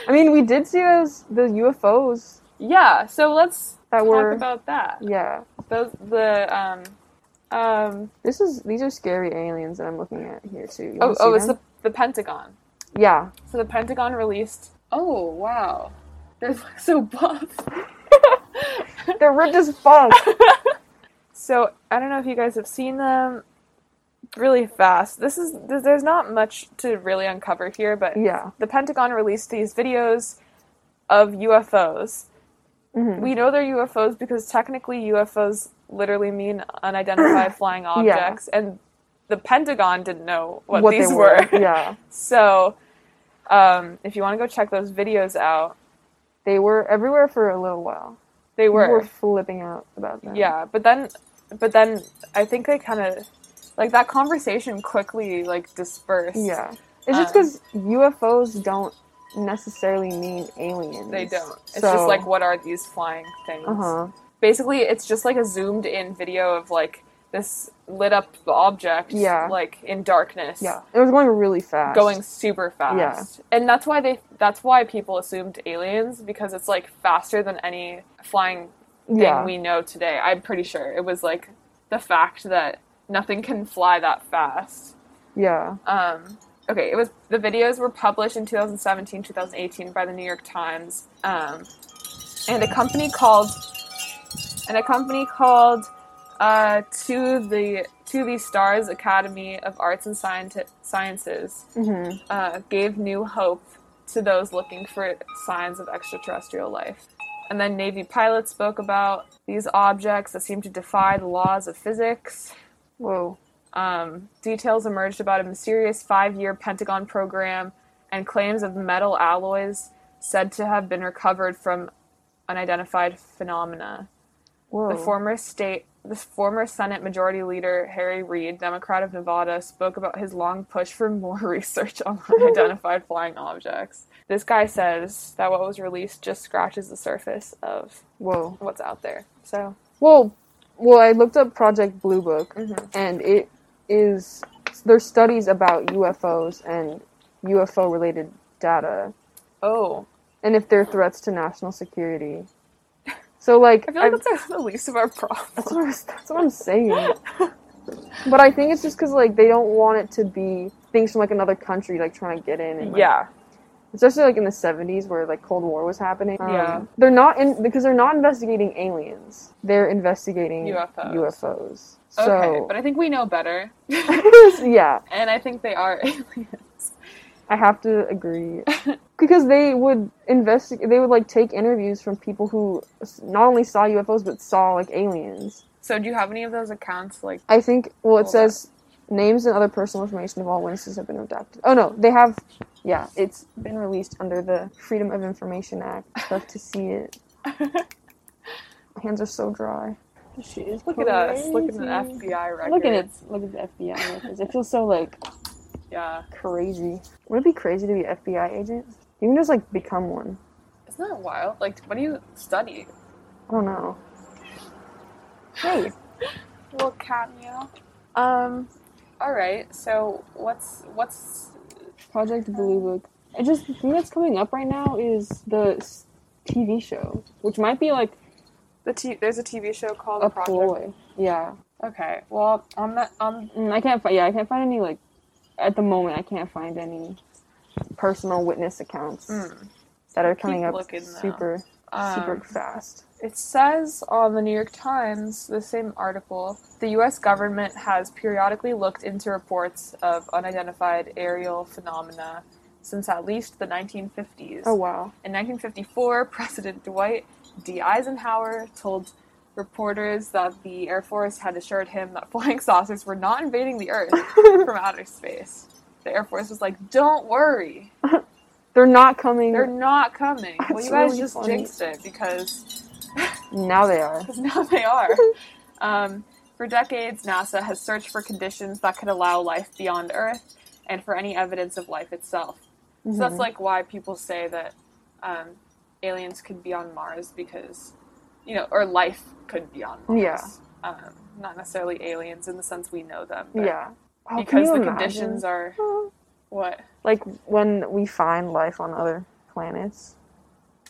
[SPEAKER 2] I mean, we did see those the UFOs
[SPEAKER 1] Yeah, so let's
[SPEAKER 2] that
[SPEAKER 1] talk
[SPEAKER 2] were.
[SPEAKER 1] about that.
[SPEAKER 2] yeah.
[SPEAKER 1] Those, the, um, um,
[SPEAKER 2] This is these are scary aliens that I'm looking at here too. You wanna
[SPEAKER 1] oh, oh,
[SPEAKER 2] see
[SPEAKER 1] it's
[SPEAKER 2] them?
[SPEAKER 1] the, the Pentagon.
[SPEAKER 2] yeah.
[SPEAKER 1] So the Pentagon released, oh, wow. They're so buff. <laughs>
[SPEAKER 2] They're ripped as fuck.
[SPEAKER 1] So I don't know if you guys have seen them, really fast. This is th- there's not much to really uncover here, but
[SPEAKER 2] Yeah.
[SPEAKER 1] the Pentagon released these videos of UFOs.
[SPEAKER 2] Mhm.
[SPEAKER 1] We know they're UFOs because technically UFOs literally mean
[SPEAKER 2] <clears throat>
[SPEAKER 1] unidentified flying objects, and the Pentagon didn't know what, these were.
[SPEAKER 2] yeah.
[SPEAKER 1] <laughs> so, um, if you want to go check those videos out,
[SPEAKER 2] They were everywhere for a little while.
[SPEAKER 1] they
[SPEAKER 2] People
[SPEAKER 1] were.
[SPEAKER 2] were flipping out about them.
[SPEAKER 1] yeah but then but then i think they kind of like that conversation quickly like dispersed
[SPEAKER 2] Yeah. It's
[SPEAKER 1] Um,
[SPEAKER 2] just because UFOs don't necessarily mean aliens.
[SPEAKER 1] they don't it's just like what are these flying things
[SPEAKER 2] Uh huh.
[SPEAKER 1] basically it's just like a zoomed in video of like this lit up object
[SPEAKER 2] Yeah.
[SPEAKER 1] like in darkness
[SPEAKER 2] Yeah. It was going really fast.
[SPEAKER 1] going super fast and that's why they that's why people assumed aliens because it's like faster than any flying thing
[SPEAKER 2] Yeah.
[SPEAKER 1] we know today i'm pretty sure it was like the fact that nothing can fly that fast
[SPEAKER 2] yeah.
[SPEAKER 1] Um, okay, it was the videos were published in 2017, 2018 by the New York Times, um, and a company called and a company called uh, to the to the Stars Academy of Arts and Scienti- Sciences
[SPEAKER 2] Mm-hmm.
[SPEAKER 1] uh, gave new hope to those looking for signs of extraterrestrial life. And then Navy pilots spoke about these objects that seem to defy the laws of physics.
[SPEAKER 2] Whoa.
[SPEAKER 1] Um, details emerged about a mysterious five year Pentagon program and claims of metal alloys said to have been recovered from unidentified phenomena.
[SPEAKER 2] Whoa.
[SPEAKER 1] The former state, the former Senate Majority Leader Harry Reid, Democrat of Nevada, spoke about his long push for more <laughs> research on unidentified flying objects. This guy says that what was released just scratches the surface of
[SPEAKER 2] Whoa.
[SPEAKER 1] what's out there. So,
[SPEAKER 2] Well, well, I looked up Project Blue Book,
[SPEAKER 1] Mhm.
[SPEAKER 2] and it is there's studies about UFOs and UFO related data,
[SPEAKER 1] oh,
[SPEAKER 2] and if they're threats to national security. So like,
[SPEAKER 1] <laughs> I feel like
[SPEAKER 2] I-
[SPEAKER 1] that's the least of our problems.
[SPEAKER 2] that's, what I was- that's what I'm saying.
[SPEAKER 1] <laughs>
[SPEAKER 2] but I think it's just because like they don't want it to be things from like another country like trying to get in. And, like,
[SPEAKER 1] Yeah.
[SPEAKER 2] especially like in the 70s where like cold war was happening Um,
[SPEAKER 1] Yeah.
[SPEAKER 2] they're not in because they're not investigating aliens they're investigating
[SPEAKER 1] UFOs.
[SPEAKER 2] ufos so
[SPEAKER 1] Okay, but I think we know <laughs> better,
[SPEAKER 2] <laughs> yeah
[SPEAKER 1] and I think they are aliens.
[SPEAKER 2] i have to agree
[SPEAKER 1] <laughs>
[SPEAKER 2] because they would investigate they would like take interviews from people who s- not only saw ufos but saw like aliens
[SPEAKER 1] So, do you have any of those accounts? Like,
[SPEAKER 2] i think well it
[SPEAKER 1] Hold
[SPEAKER 2] says names and other personal information of all witnesses have been redacted oh no they have yeah it's been released under the freedom of information act love to see
[SPEAKER 1] <laughs>
[SPEAKER 2] it My hands are so dry
[SPEAKER 3] She is
[SPEAKER 1] look at us, look at an FBI record.
[SPEAKER 3] Look at it. Look at the FBI records. It feels so like
[SPEAKER 1] Yeah,
[SPEAKER 2] crazy. Wouldn't it be crazy to be an FBI agent? You can just like become one.
[SPEAKER 1] isn't that wild? Like, what do you study?
[SPEAKER 2] I don't know. Hey,
[SPEAKER 1] Little cat meow. Um, all right. So, what's what's
[SPEAKER 2] Project Blue Book. I just the thing that's coming up right now is the s- TV show, which might be like
[SPEAKER 1] the t- there's a TV show called
[SPEAKER 2] a
[SPEAKER 1] Project.
[SPEAKER 2] ploy. Yeah,
[SPEAKER 1] Okay. Well, on that on
[SPEAKER 2] Mm, I can't find. Yeah, I can't find any like at the moment. I can't find any personal witness accounts
[SPEAKER 1] mm,
[SPEAKER 2] that are coming up
[SPEAKER 1] looking, though.
[SPEAKER 2] super super
[SPEAKER 1] um,
[SPEAKER 2] fast.
[SPEAKER 1] It says on the New York Times, the same article, the U.S. government has periodically looked into reports of unidentified aerial phenomena since at least the 1950s.
[SPEAKER 2] Oh wow.
[SPEAKER 1] In 1954, <laughs> President Dwight D. Eisenhower told reporters that the Air Force had assured him that flying <laughs> saucers were not invading the
[SPEAKER 2] <laughs>
[SPEAKER 1] Earth from outer space. The Air Force was like, don't worry,
[SPEAKER 2] They're not coming.
[SPEAKER 1] they're not coming. well,
[SPEAKER 2] That's
[SPEAKER 1] you guys
[SPEAKER 2] really
[SPEAKER 1] just
[SPEAKER 2] funny.
[SPEAKER 1] jinxed it because
[SPEAKER 2] now they are.
[SPEAKER 1] because <laughs> now they are. um, for decades, NASA has searched for conditions that could allow life beyond Earth and for any evidence of life itself. So that's
[SPEAKER 2] Mhm.
[SPEAKER 1] like why people say that um, aliens could be on Mars because, you know, or life could be on Mars.
[SPEAKER 2] Yeah.
[SPEAKER 1] Um, not necessarily aliens in the sense we know them, but
[SPEAKER 2] yeah. Oh, can
[SPEAKER 1] because
[SPEAKER 2] you
[SPEAKER 1] the
[SPEAKER 2] imagine?
[SPEAKER 1] conditions are what.
[SPEAKER 2] like when we find life on other planets.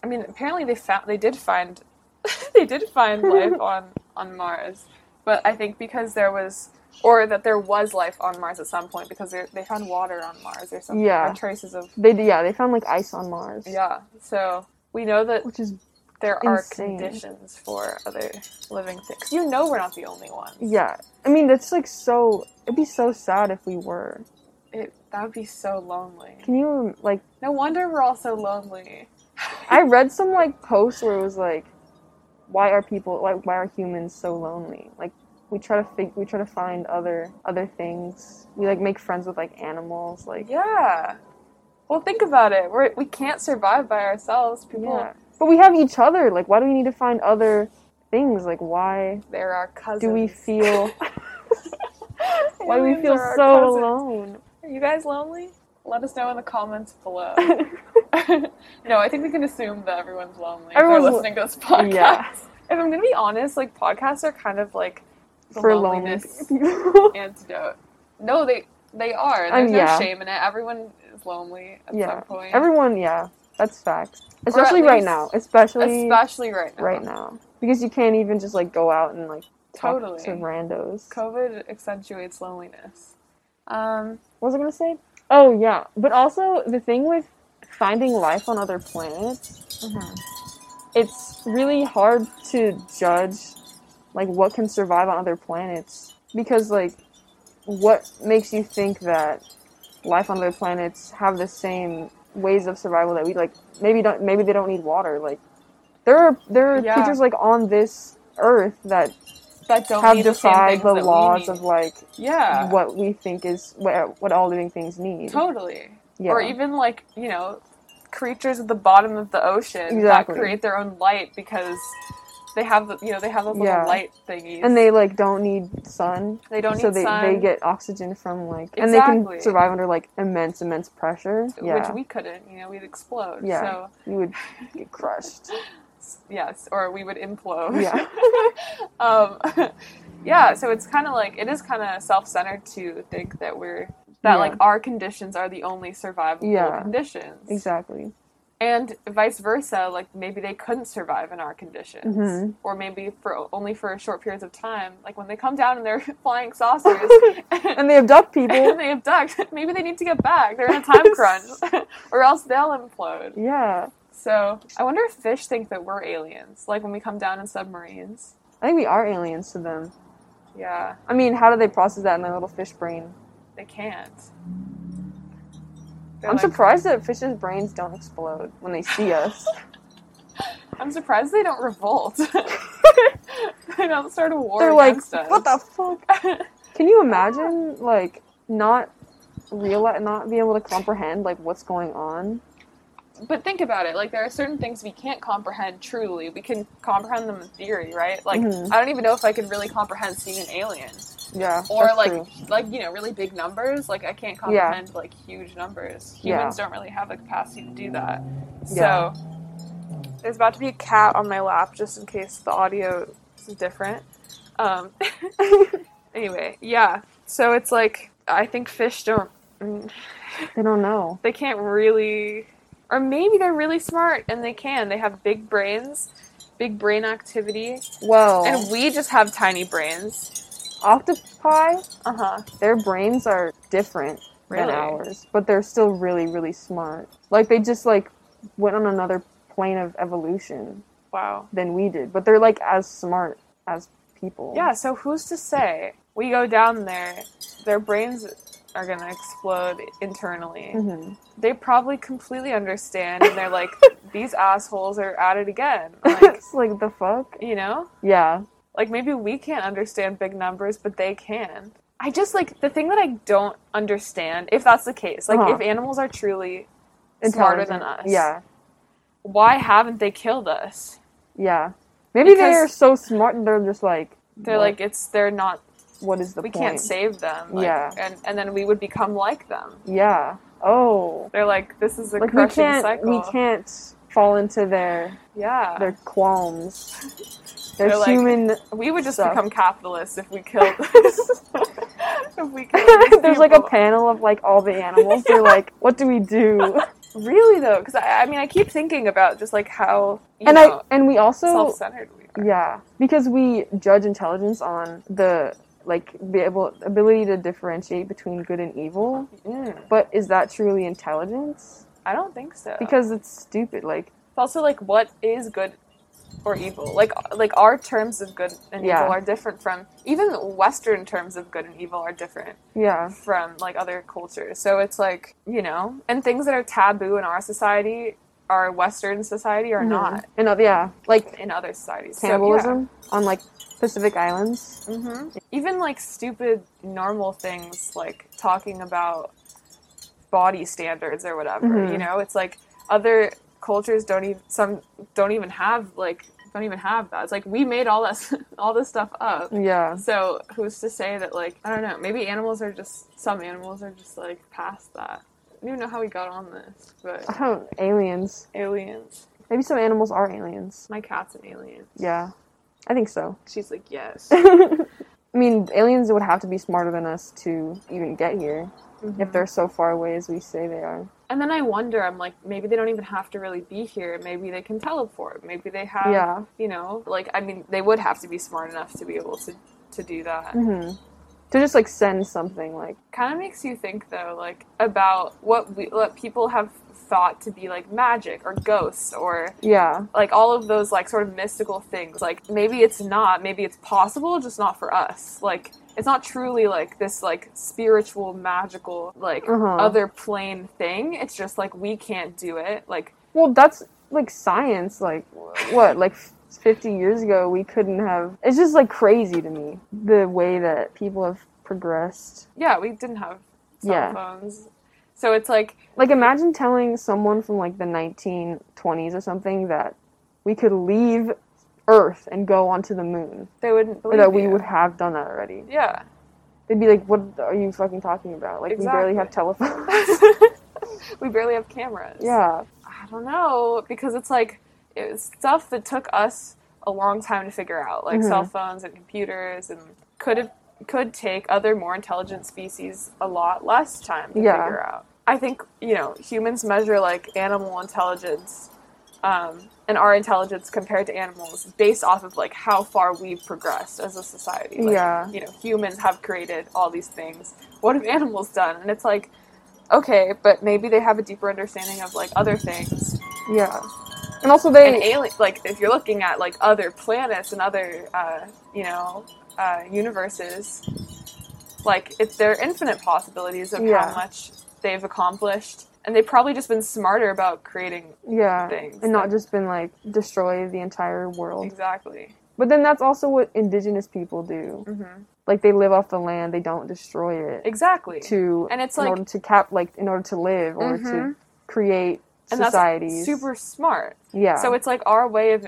[SPEAKER 1] I mean, apparently they found they did find <laughs> they did find
[SPEAKER 2] <laughs>
[SPEAKER 1] life on on Mars, but I think because there was or that there was life on Mars at some point because they they found water on Mars or something.
[SPEAKER 2] Yeah.
[SPEAKER 1] or traces of
[SPEAKER 2] They yeah, they found like ice on Mars.
[SPEAKER 1] yeah. So we know that
[SPEAKER 2] which is
[SPEAKER 1] there are
[SPEAKER 2] Insane.
[SPEAKER 1] conditions for other living things. You know we're not the only ones.
[SPEAKER 2] Yeah. I mean, that's like so. It'd be so sad if we were.
[SPEAKER 1] It, that would be so lonely.
[SPEAKER 2] Can you like?
[SPEAKER 1] No wonder we're all so lonely.
[SPEAKER 2] I read some like posts where it was like, why are people like why are humans so lonely? Like we try to fig- we try to find other other things. We like make friends with like animals.
[SPEAKER 1] <laughs>
[SPEAKER 2] Like
[SPEAKER 1] yeah. Well, think about it. We're, we can't survive by ourselves. People,
[SPEAKER 2] yeah. But we have each other. Like why do we need to find other things? Like why
[SPEAKER 1] they're our cousins.
[SPEAKER 2] do
[SPEAKER 1] <laughs>
[SPEAKER 2] we feel? Why do we feel so alone?
[SPEAKER 1] Are you guys lonely? Let us know in the comments
[SPEAKER 2] <laughs>
[SPEAKER 1] below. <laughs> no, I think we can assume that everyone's lonely. if they're
[SPEAKER 2] Everyone's lo-
[SPEAKER 1] listening to this podcast.
[SPEAKER 2] <laughs> Yeah.
[SPEAKER 1] If I'm gonna be honest, like podcasts are kind of like the
[SPEAKER 2] For lonely
[SPEAKER 1] loneliness
[SPEAKER 2] <laughs> people.
[SPEAKER 1] antidote. No, they they are.
[SPEAKER 2] Um,
[SPEAKER 1] There's
[SPEAKER 2] yeah.
[SPEAKER 1] no shame in it. Everyone is lonely at
[SPEAKER 2] Yeah.
[SPEAKER 1] some point.
[SPEAKER 2] Everyone, yeah, that's facts. Especially right
[SPEAKER 1] least-
[SPEAKER 2] now. Especially
[SPEAKER 1] especially right now.
[SPEAKER 2] right now because you can't even just like go out and like talk
[SPEAKER 1] Totally.
[SPEAKER 2] to randos.
[SPEAKER 1] COVID accentuates loneliness. Um,
[SPEAKER 2] what was I gonna say? Oh yeah, but also the thing with finding life on other planets, it's really hard to judge like what can survive on other planets because like what makes you think that life on other planets have the same ways of survival that we like maybe don't maybe they don't need water like there are there are
[SPEAKER 1] Yeah.
[SPEAKER 2] creatures like on this earth that
[SPEAKER 1] that don't
[SPEAKER 2] have
[SPEAKER 1] need the same
[SPEAKER 2] defied
[SPEAKER 1] things
[SPEAKER 2] the
[SPEAKER 1] that we
[SPEAKER 2] laws
[SPEAKER 1] need.
[SPEAKER 2] of like
[SPEAKER 1] yeah,
[SPEAKER 2] what we think is what, what all living things need.
[SPEAKER 1] totally.
[SPEAKER 2] Yeah.
[SPEAKER 1] Or even like you know, creatures at the bottom of the ocean
[SPEAKER 2] Exactly.
[SPEAKER 1] that create their own light because they have the you know they have those little
[SPEAKER 2] Yeah.
[SPEAKER 1] light thingies
[SPEAKER 2] and they like don't need sun,
[SPEAKER 1] they don't
[SPEAKER 2] so
[SPEAKER 1] need
[SPEAKER 2] they
[SPEAKER 1] sun,
[SPEAKER 2] they get oxygen from like and they
[SPEAKER 1] Exactly.
[SPEAKER 2] can survive under like immense immense pressure. Yeah,
[SPEAKER 1] which we couldn't. You know, we'd explode.
[SPEAKER 2] Yeah.
[SPEAKER 1] So
[SPEAKER 2] you would get
[SPEAKER 1] <laughs>
[SPEAKER 2] crushed.
[SPEAKER 1] s- yes, or we would implode.
[SPEAKER 2] Yeah.
[SPEAKER 1] <laughs>
[SPEAKER 2] <laughs>
[SPEAKER 1] um, yeah, so it's kind of like it is kind of self-centered to think that we're that
[SPEAKER 2] Yeah.
[SPEAKER 1] like our conditions are the only survivable
[SPEAKER 2] Yeah.
[SPEAKER 1] conditions,
[SPEAKER 2] exactly.
[SPEAKER 1] and vice versa. Like maybe they couldn't survive in our conditions,
[SPEAKER 2] Mhm.
[SPEAKER 1] or maybe for only for short periods of time. Like when they come down and they're <laughs> flying
[SPEAKER 2] <laughs>
[SPEAKER 1] saucers and,
[SPEAKER 2] And they abduct people.
[SPEAKER 1] they abduct, maybe <laughs> they need to get back. They're in a
[SPEAKER 2] <laughs>
[SPEAKER 1] time crunch, <laughs> or else they'll implode.
[SPEAKER 2] yeah,
[SPEAKER 1] So I wonder if fish think that we're aliens, like when we come down in submarines.
[SPEAKER 2] I think we are aliens to them.
[SPEAKER 1] Yeah.
[SPEAKER 2] I mean, how do they process that in their little fish brain?
[SPEAKER 1] They can't. They're
[SPEAKER 2] I'm
[SPEAKER 1] like-
[SPEAKER 2] surprised that fishes' brains don't explode when they
[SPEAKER 1] <laughs>
[SPEAKER 2] see us.
[SPEAKER 1] I'm surprised they don't
[SPEAKER 2] <laughs>
[SPEAKER 1] revolt. <laughs> they don't start a war
[SPEAKER 2] They're like,
[SPEAKER 1] against us.
[SPEAKER 2] what the fuck?
[SPEAKER 1] <laughs>
[SPEAKER 2] Can you imagine like not realize not being able to comprehend like what's going on?
[SPEAKER 1] but think about it. Like there are certain things we can't comprehend truly. We can comprehend them in theory, right? Like
[SPEAKER 2] Mhm.
[SPEAKER 1] I don't even know if I can really comprehend seeing an alien
[SPEAKER 2] Yeah.
[SPEAKER 1] or
[SPEAKER 2] that's
[SPEAKER 1] like
[SPEAKER 2] true.
[SPEAKER 1] like you know really big numbers. Like I can't comprehend like huge numbers.
[SPEAKER 2] Yeah.
[SPEAKER 1] Humans don't really have the capacity to do that.
[SPEAKER 2] Yeah.
[SPEAKER 1] So there's about to be a cat on my lap just in case the audio is different. Um, <laughs> anyway, yeah. So it's like I think fish don't mm,
[SPEAKER 2] they don't know.
[SPEAKER 1] they can't really or maybe they're really smart and they can. They have big brains, big brain activity,
[SPEAKER 2] Well,
[SPEAKER 1] and we just have tiny brains.
[SPEAKER 2] octopi,
[SPEAKER 1] Uh-huh.
[SPEAKER 2] their brains are different
[SPEAKER 1] Really?
[SPEAKER 2] than ours, but they're still really really smart. Like they just like went on another plane of evolution
[SPEAKER 1] Wow.
[SPEAKER 2] than we did, but they're like as smart as people.
[SPEAKER 1] Yeah, so who's to say we go down there their brains are going to explode internally.
[SPEAKER 2] hmm
[SPEAKER 1] they probably completely understand and they're like these assholes are at it again like
[SPEAKER 2] <laughs> it's like the fuck.
[SPEAKER 1] you know
[SPEAKER 2] Yeah.
[SPEAKER 1] like maybe we can't understand big numbers but they can i just like the thing that i don't understand if that's the case like
[SPEAKER 2] Uh-huh.
[SPEAKER 1] if animals are truly smarter than us
[SPEAKER 2] Intelligent. Yeah.
[SPEAKER 1] why haven't they killed us
[SPEAKER 2] Yeah. Maybe
[SPEAKER 1] Because-
[SPEAKER 2] they are so smart and they're just like
[SPEAKER 1] they're
[SPEAKER 2] what-
[SPEAKER 1] like it's they're not
[SPEAKER 2] what is the
[SPEAKER 1] we
[SPEAKER 2] point?
[SPEAKER 1] can't save them like,
[SPEAKER 2] Yeah.
[SPEAKER 1] and and then we would become like them
[SPEAKER 2] Yeah. Oh.
[SPEAKER 1] they're like this is a
[SPEAKER 2] Like we
[SPEAKER 1] crushing
[SPEAKER 2] can't
[SPEAKER 1] cycle
[SPEAKER 2] we can't fall into their
[SPEAKER 1] yeah
[SPEAKER 2] their qualms. Their
[SPEAKER 1] They're like-
[SPEAKER 2] human
[SPEAKER 1] We would just
[SPEAKER 2] stuff.
[SPEAKER 1] become capitalists if we
[SPEAKER 2] <laughs>
[SPEAKER 1] killed. <laughs> if we killed these
[SPEAKER 2] There's like a
[SPEAKER 1] people.
[SPEAKER 2] panel of like all the animals.
[SPEAKER 1] <laughs>
[SPEAKER 2] They're like, what do we do?
[SPEAKER 1] really though, because I, I mean, I keep thinking about just like how you
[SPEAKER 2] And I
[SPEAKER 1] know,
[SPEAKER 2] and we also
[SPEAKER 1] self-centered we are.
[SPEAKER 2] yeah, because we judge intelligence on the like be able ability to differentiate between good and evil.
[SPEAKER 1] Mm,
[SPEAKER 2] But is that truly intelligence?
[SPEAKER 1] I don't think so.
[SPEAKER 2] Because it's stupid. Like
[SPEAKER 1] it's also like what is good or evil. Like like our terms of good and
[SPEAKER 2] Yeah.
[SPEAKER 1] evil are different from even Western terms of good and evil are different
[SPEAKER 2] Yeah.
[SPEAKER 1] from like other cultures. So it's like you know, and things that are taboo in our society, our Western society, are
[SPEAKER 2] Mhm.
[SPEAKER 1] not
[SPEAKER 2] And uh, yeah, like
[SPEAKER 1] in other societies. So, yeah.
[SPEAKER 2] cannibalism on like Pacific Islands.
[SPEAKER 1] hmm Even like stupid normal things like talking about body standards or whatever,
[SPEAKER 2] Mhm.
[SPEAKER 1] you know, it's like other cultures don't even some don't even have like don't even have that. It's like we made all this <laughs> all this stuff up.
[SPEAKER 2] Yeah.
[SPEAKER 1] So who's to say that like I don't know, maybe animals are just some animals are just like past that. I don't even know how we got on this, but
[SPEAKER 2] I don't aliens.
[SPEAKER 1] aliens.
[SPEAKER 2] Maybe some animals are aliens.
[SPEAKER 1] My cat's an alien.
[SPEAKER 2] Yeah. I think so.
[SPEAKER 1] She's like, yes.
[SPEAKER 2] I mean, aliens would have to be smarter than us to even get here
[SPEAKER 1] Mm-hmm.
[SPEAKER 2] if they're so far away as we say they are.
[SPEAKER 1] And then I wonder, I'm like, maybe they don't even have to really be here. Maybe they can teleport. Maybe they have,
[SPEAKER 2] yeah.
[SPEAKER 1] you know, like, I mean, they would have to be smart enough to be able to, to do that.
[SPEAKER 2] hmm To just like send something like
[SPEAKER 1] Kind of makes you think, though, like, about what, we, what people have thought to be like magic or ghosts or
[SPEAKER 2] yeah
[SPEAKER 1] like all of those, like, sort of mystical things. Like, maybe it's not, maybe it's possible, just not for us. Like, it's not truly like this, like, spiritual, magical, like,
[SPEAKER 2] Uh-huh.
[SPEAKER 1] other plane thing. It's just like we can't do it. Like,
[SPEAKER 2] well that's like science like what like 50 years ago we couldn't have it's just like crazy to me the way that people have progressed
[SPEAKER 1] yeah, we didn't have cell
[SPEAKER 2] Yeah.
[SPEAKER 1] phones. So it's like,
[SPEAKER 2] like imagine telling someone from like the 1920s or something that we could leave earth and go onto the moon
[SPEAKER 1] they wouldn't
[SPEAKER 2] or
[SPEAKER 1] believe
[SPEAKER 2] that we
[SPEAKER 1] you.
[SPEAKER 2] would have done that already
[SPEAKER 1] Yeah. <laughs>
[SPEAKER 2] they'd be like what are you fucking talking about like we barely
[SPEAKER 1] <laughs>
[SPEAKER 2] have telephones
[SPEAKER 1] we barely have cameras.
[SPEAKER 2] yeah
[SPEAKER 1] I don't know, because it's like, it's stuff that took us a long time to figure out, like
[SPEAKER 2] Mhm.
[SPEAKER 1] cell phones and computers, and could have, could take other more intelligent species a lot less time to
[SPEAKER 2] Yeah.
[SPEAKER 1] figure out. I think, you know, humans measure like animal intelligence um, and our intelligence compared to animals based off of like how far we've progressed as a society. Like,
[SPEAKER 2] yeah
[SPEAKER 1] you know, humans have created all these things. What have animals done? And it's like, okay, but maybe they have a deeper understanding of like other things.
[SPEAKER 2] yeah and also
[SPEAKER 1] And
[SPEAKER 2] they
[SPEAKER 1] alien, like if you're looking at like other planets and other, uh, you know, uh, universes, like it's there are infinite possibilities of
[SPEAKER 2] Yeah.
[SPEAKER 1] how much they've accomplished, and they've probably just been smarter about creating
[SPEAKER 2] yeah
[SPEAKER 1] things
[SPEAKER 2] and not
[SPEAKER 1] than-
[SPEAKER 2] just been like destroy the entire world.
[SPEAKER 1] exactly.
[SPEAKER 2] But then that's also what indigenous people do.
[SPEAKER 1] hmm
[SPEAKER 2] Like they live off the land, they don't destroy it
[SPEAKER 1] Exactly.
[SPEAKER 2] to
[SPEAKER 1] And it's
[SPEAKER 2] in
[SPEAKER 1] like-
[SPEAKER 2] order to cap like in order to live or to
[SPEAKER 1] Mhm.
[SPEAKER 2] create
[SPEAKER 1] and that's
[SPEAKER 2] societies.
[SPEAKER 1] super smart.
[SPEAKER 2] yeah.
[SPEAKER 1] So it's like our way of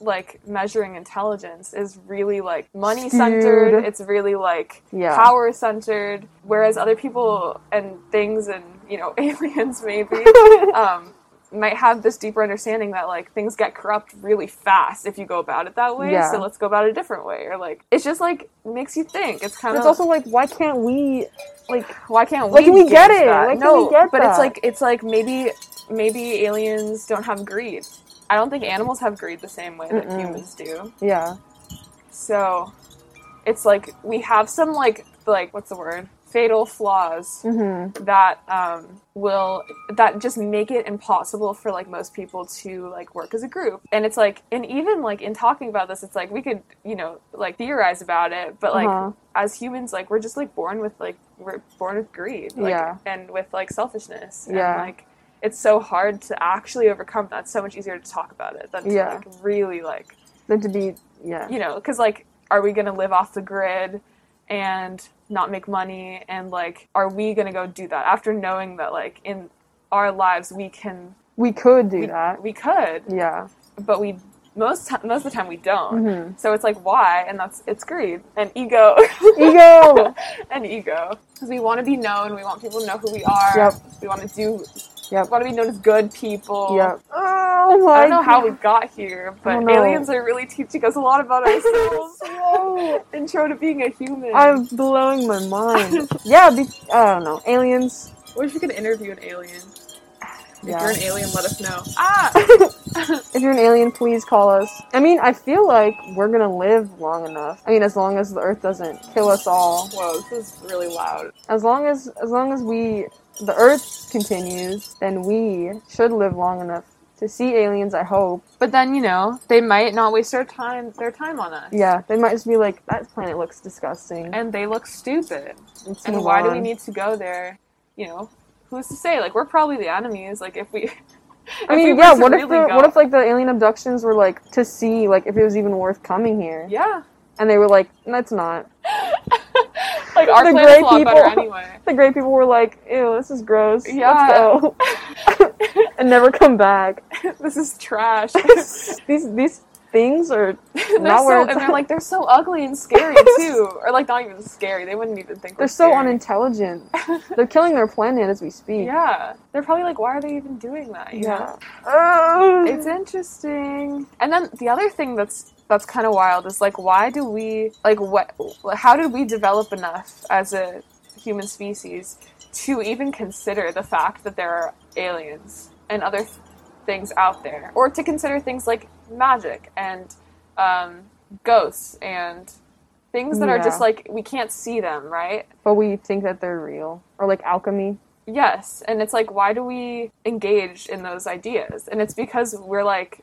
[SPEAKER 1] like measuring intelligence is really like money centered.
[SPEAKER 2] Skewed.
[SPEAKER 1] It's really like
[SPEAKER 2] Yeah.
[SPEAKER 1] power centered. Whereas other people and things and you know <laughs> aliens
[SPEAKER 2] <laughs>
[SPEAKER 1] maybe um, might have this deeper understanding that like things get corrupt really fast if you go about it that way.
[SPEAKER 2] Yeah.
[SPEAKER 1] So let's go about it a different way. Or like it's just like makes you think. It's kind
[SPEAKER 2] But it's
[SPEAKER 1] of
[SPEAKER 2] also like why can't we like
[SPEAKER 1] why can't we,
[SPEAKER 2] Why can we get
[SPEAKER 1] give
[SPEAKER 2] it?
[SPEAKER 1] That?
[SPEAKER 2] Why can
[SPEAKER 1] no,
[SPEAKER 2] we get
[SPEAKER 1] but it's
[SPEAKER 2] that?
[SPEAKER 1] like it's like maybe maybe aliens don't have greed. I don't think animals have greed the same way that
[SPEAKER 2] Mm-mm.
[SPEAKER 1] humans do.
[SPEAKER 2] yeah.
[SPEAKER 1] So it's like we have some like like what's the word? Fatal flaws
[SPEAKER 2] Mhm.
[SPEAKER 1] that um, will that just make it impossible for like most people to like work as a group and it's like and even like in talking about this it's like we could you know like theorize about it but like
[SPEAKER 2] Uh-huh.
[SPEAKER 1] as humans like we're just like born with like we're born with greed like,
[SPEAKER 2] Yeah.
[SPEAKER 1] and with like selfishness
[SPEAKER 2] Yeah.
[SPEAKER 1] and like it's so hard to actually overcome that it's so much easier to talk about it than to
[SPEAKER 2] Yeah.
[SPEAKER 1] like really like
[SPEAKER 2] Then to be yeah.
[SPEAKER 1] you know, because like, are we gonna live off the grid and not make money? And like, are we gonna go do that after knowing that like in our lives we can
[SPEAKER 2] We could do
[SPEAKER 1] we,
[SPEAKER 2] that.
[SPEAKER 1] we could, <laughs>
[SPEAKER 2] Yeah.
[SPEAKER 1] but we most ti- most of the time we don't.
[SPEAKER 2] Mhm.
[SPEAKER 1] So it's like why? And that's it's greed and ego <laughs>
[SPEAKER 2] Ego.
[SPEAKER 1] and ego because we want to be known. We want people to know who we are.
[SPEAKER 2] Yep.
[SPEAKER 1] We want to do.
[SPEAKER 2] Yep.
[SPEAKER 1] Want to be known as good people.
[SPEAKER 2] Yep. Oh my
[SPEAKER 1] I don't know how we got here, but
[SPEAKER 2] don't know.
[SPEAKER 1] aliens are really teaching us a lot about <laughs>
[SPEAKER 2] <laughs>
[SPEAKER 1] ourselves.
[SPEAKER 2] Whoa.
[SPEAKER 1] Intro to being a human.
[SPEAKER 2] I'm blowing my mind. yeah, be- I don't know. Aliens.
[SPEAKER 1] What if you could interview an alien?
[SPEAKER 2] Yeah.
[SPEAKER 1] If you're an alien, let us know. Ah!
[SPEAKER 2] If you're an alien, please call us. I mean, I feel like we're gonna live long enough. I mean, as long as the Earth doesn't kill us all.
[SPEAKER 1] Whoa, this is really loud.
[SPEAKER 2] As long as as long as we the Earth continues, then we should live long enough to to see aliens. I hope.
[SPEAKER 1] But then you know they might not waste their time their time on us.
[SPEAKER 2] Yeah, they might just be like that planet looks disgusting.
[SPEAKER 1] And they look stupid.
[SPEAKER 2] Let's
[SPEAKER 1] and
[SPEAKER 2] move
[SPEAKER 1] why do we
[SPEAKER 2] on."
[SPEAKER 1] need to go there? You know, who's to say? Like we're probably the enemies. Like if we. <laughs>
[SPEAKER 2] I
[SPEAKER 1] if we
[SPEAKER 2] mean,
[SPEAKER 1] were
[SPEAKER 2] yeah.
[SPEAKER 1] to
[SPEAKER 2] What if
[SPEAKER 1] really
[SPEAKER 2] the,
[SPEAKER 1] go-
[SPEAKER 2] what if like the alien abductions were like to see like if it was even worth coming here,
[SPEAKER 1] Yeah. <laughs>
[SPEAKER 2] and they were like, that's not.
[SPEAKER 1] Like our
[SPEAKER 2] The
[SPEAKER 1] planet's
[SPEAKER 2] gray
[SPEAKER 1] a lot better
[SPEAKER 2] people. <laughs>
[SPEAKER 1] anyway. <laughs>
[SPEAKER 2] The great people were like, ew, this is gross.
[SPEAKER 1] Yeah. <laughs>
[SPEAKER 2] Let's go. and never come back.
[SPEAKER 1] this is trash.
[SPEAKER 2] these these things are
[SPEAKER 1] <laughs> they're
[SPEAKER 2] Not
[SPEAKER 1] so,
[SPEAKER 2] where
[SPEAKER 1] and
[SPEAKER 2] it's-
[SPEAKER 1] they're like they're so ugly and
[SPEAKER 2] <laughs>
[SPEAKER 1] scary too, or like not even scary. They wouldn't even think
[SPEAKER 2] they're
[SPEAKER 1] we're
[SPEAKER 2] so
[SPEAKER 1] scary.
[SPEAKER 2] unintelligent.
[SPEAKER 1] <laughs>
[SPEAKER 2] They're killing their planet as we speak.
[SPEAKER 1] Yeah, they're probably like, why are they even doing that? You know?
[SPEAKER 2] Yeah. Oh.
[SPEAKER 1] it's interesting. And then the other thing that's that's kind of wild is like, why do we like what? How did we develop enough as a human species to even consider the fact that there are aliens and other th- things out there, or to consider things like magic and um, ghosts and things that are
[SPEAKER 2] Yeah.
[SPEAKER 1] just like we can't see them, right?
[SPEAKER 2] but we think that they're real or like alchemy.
[SPEAKER 1] Yes, and it's like, why do we engage in those ideas? And it's because we're like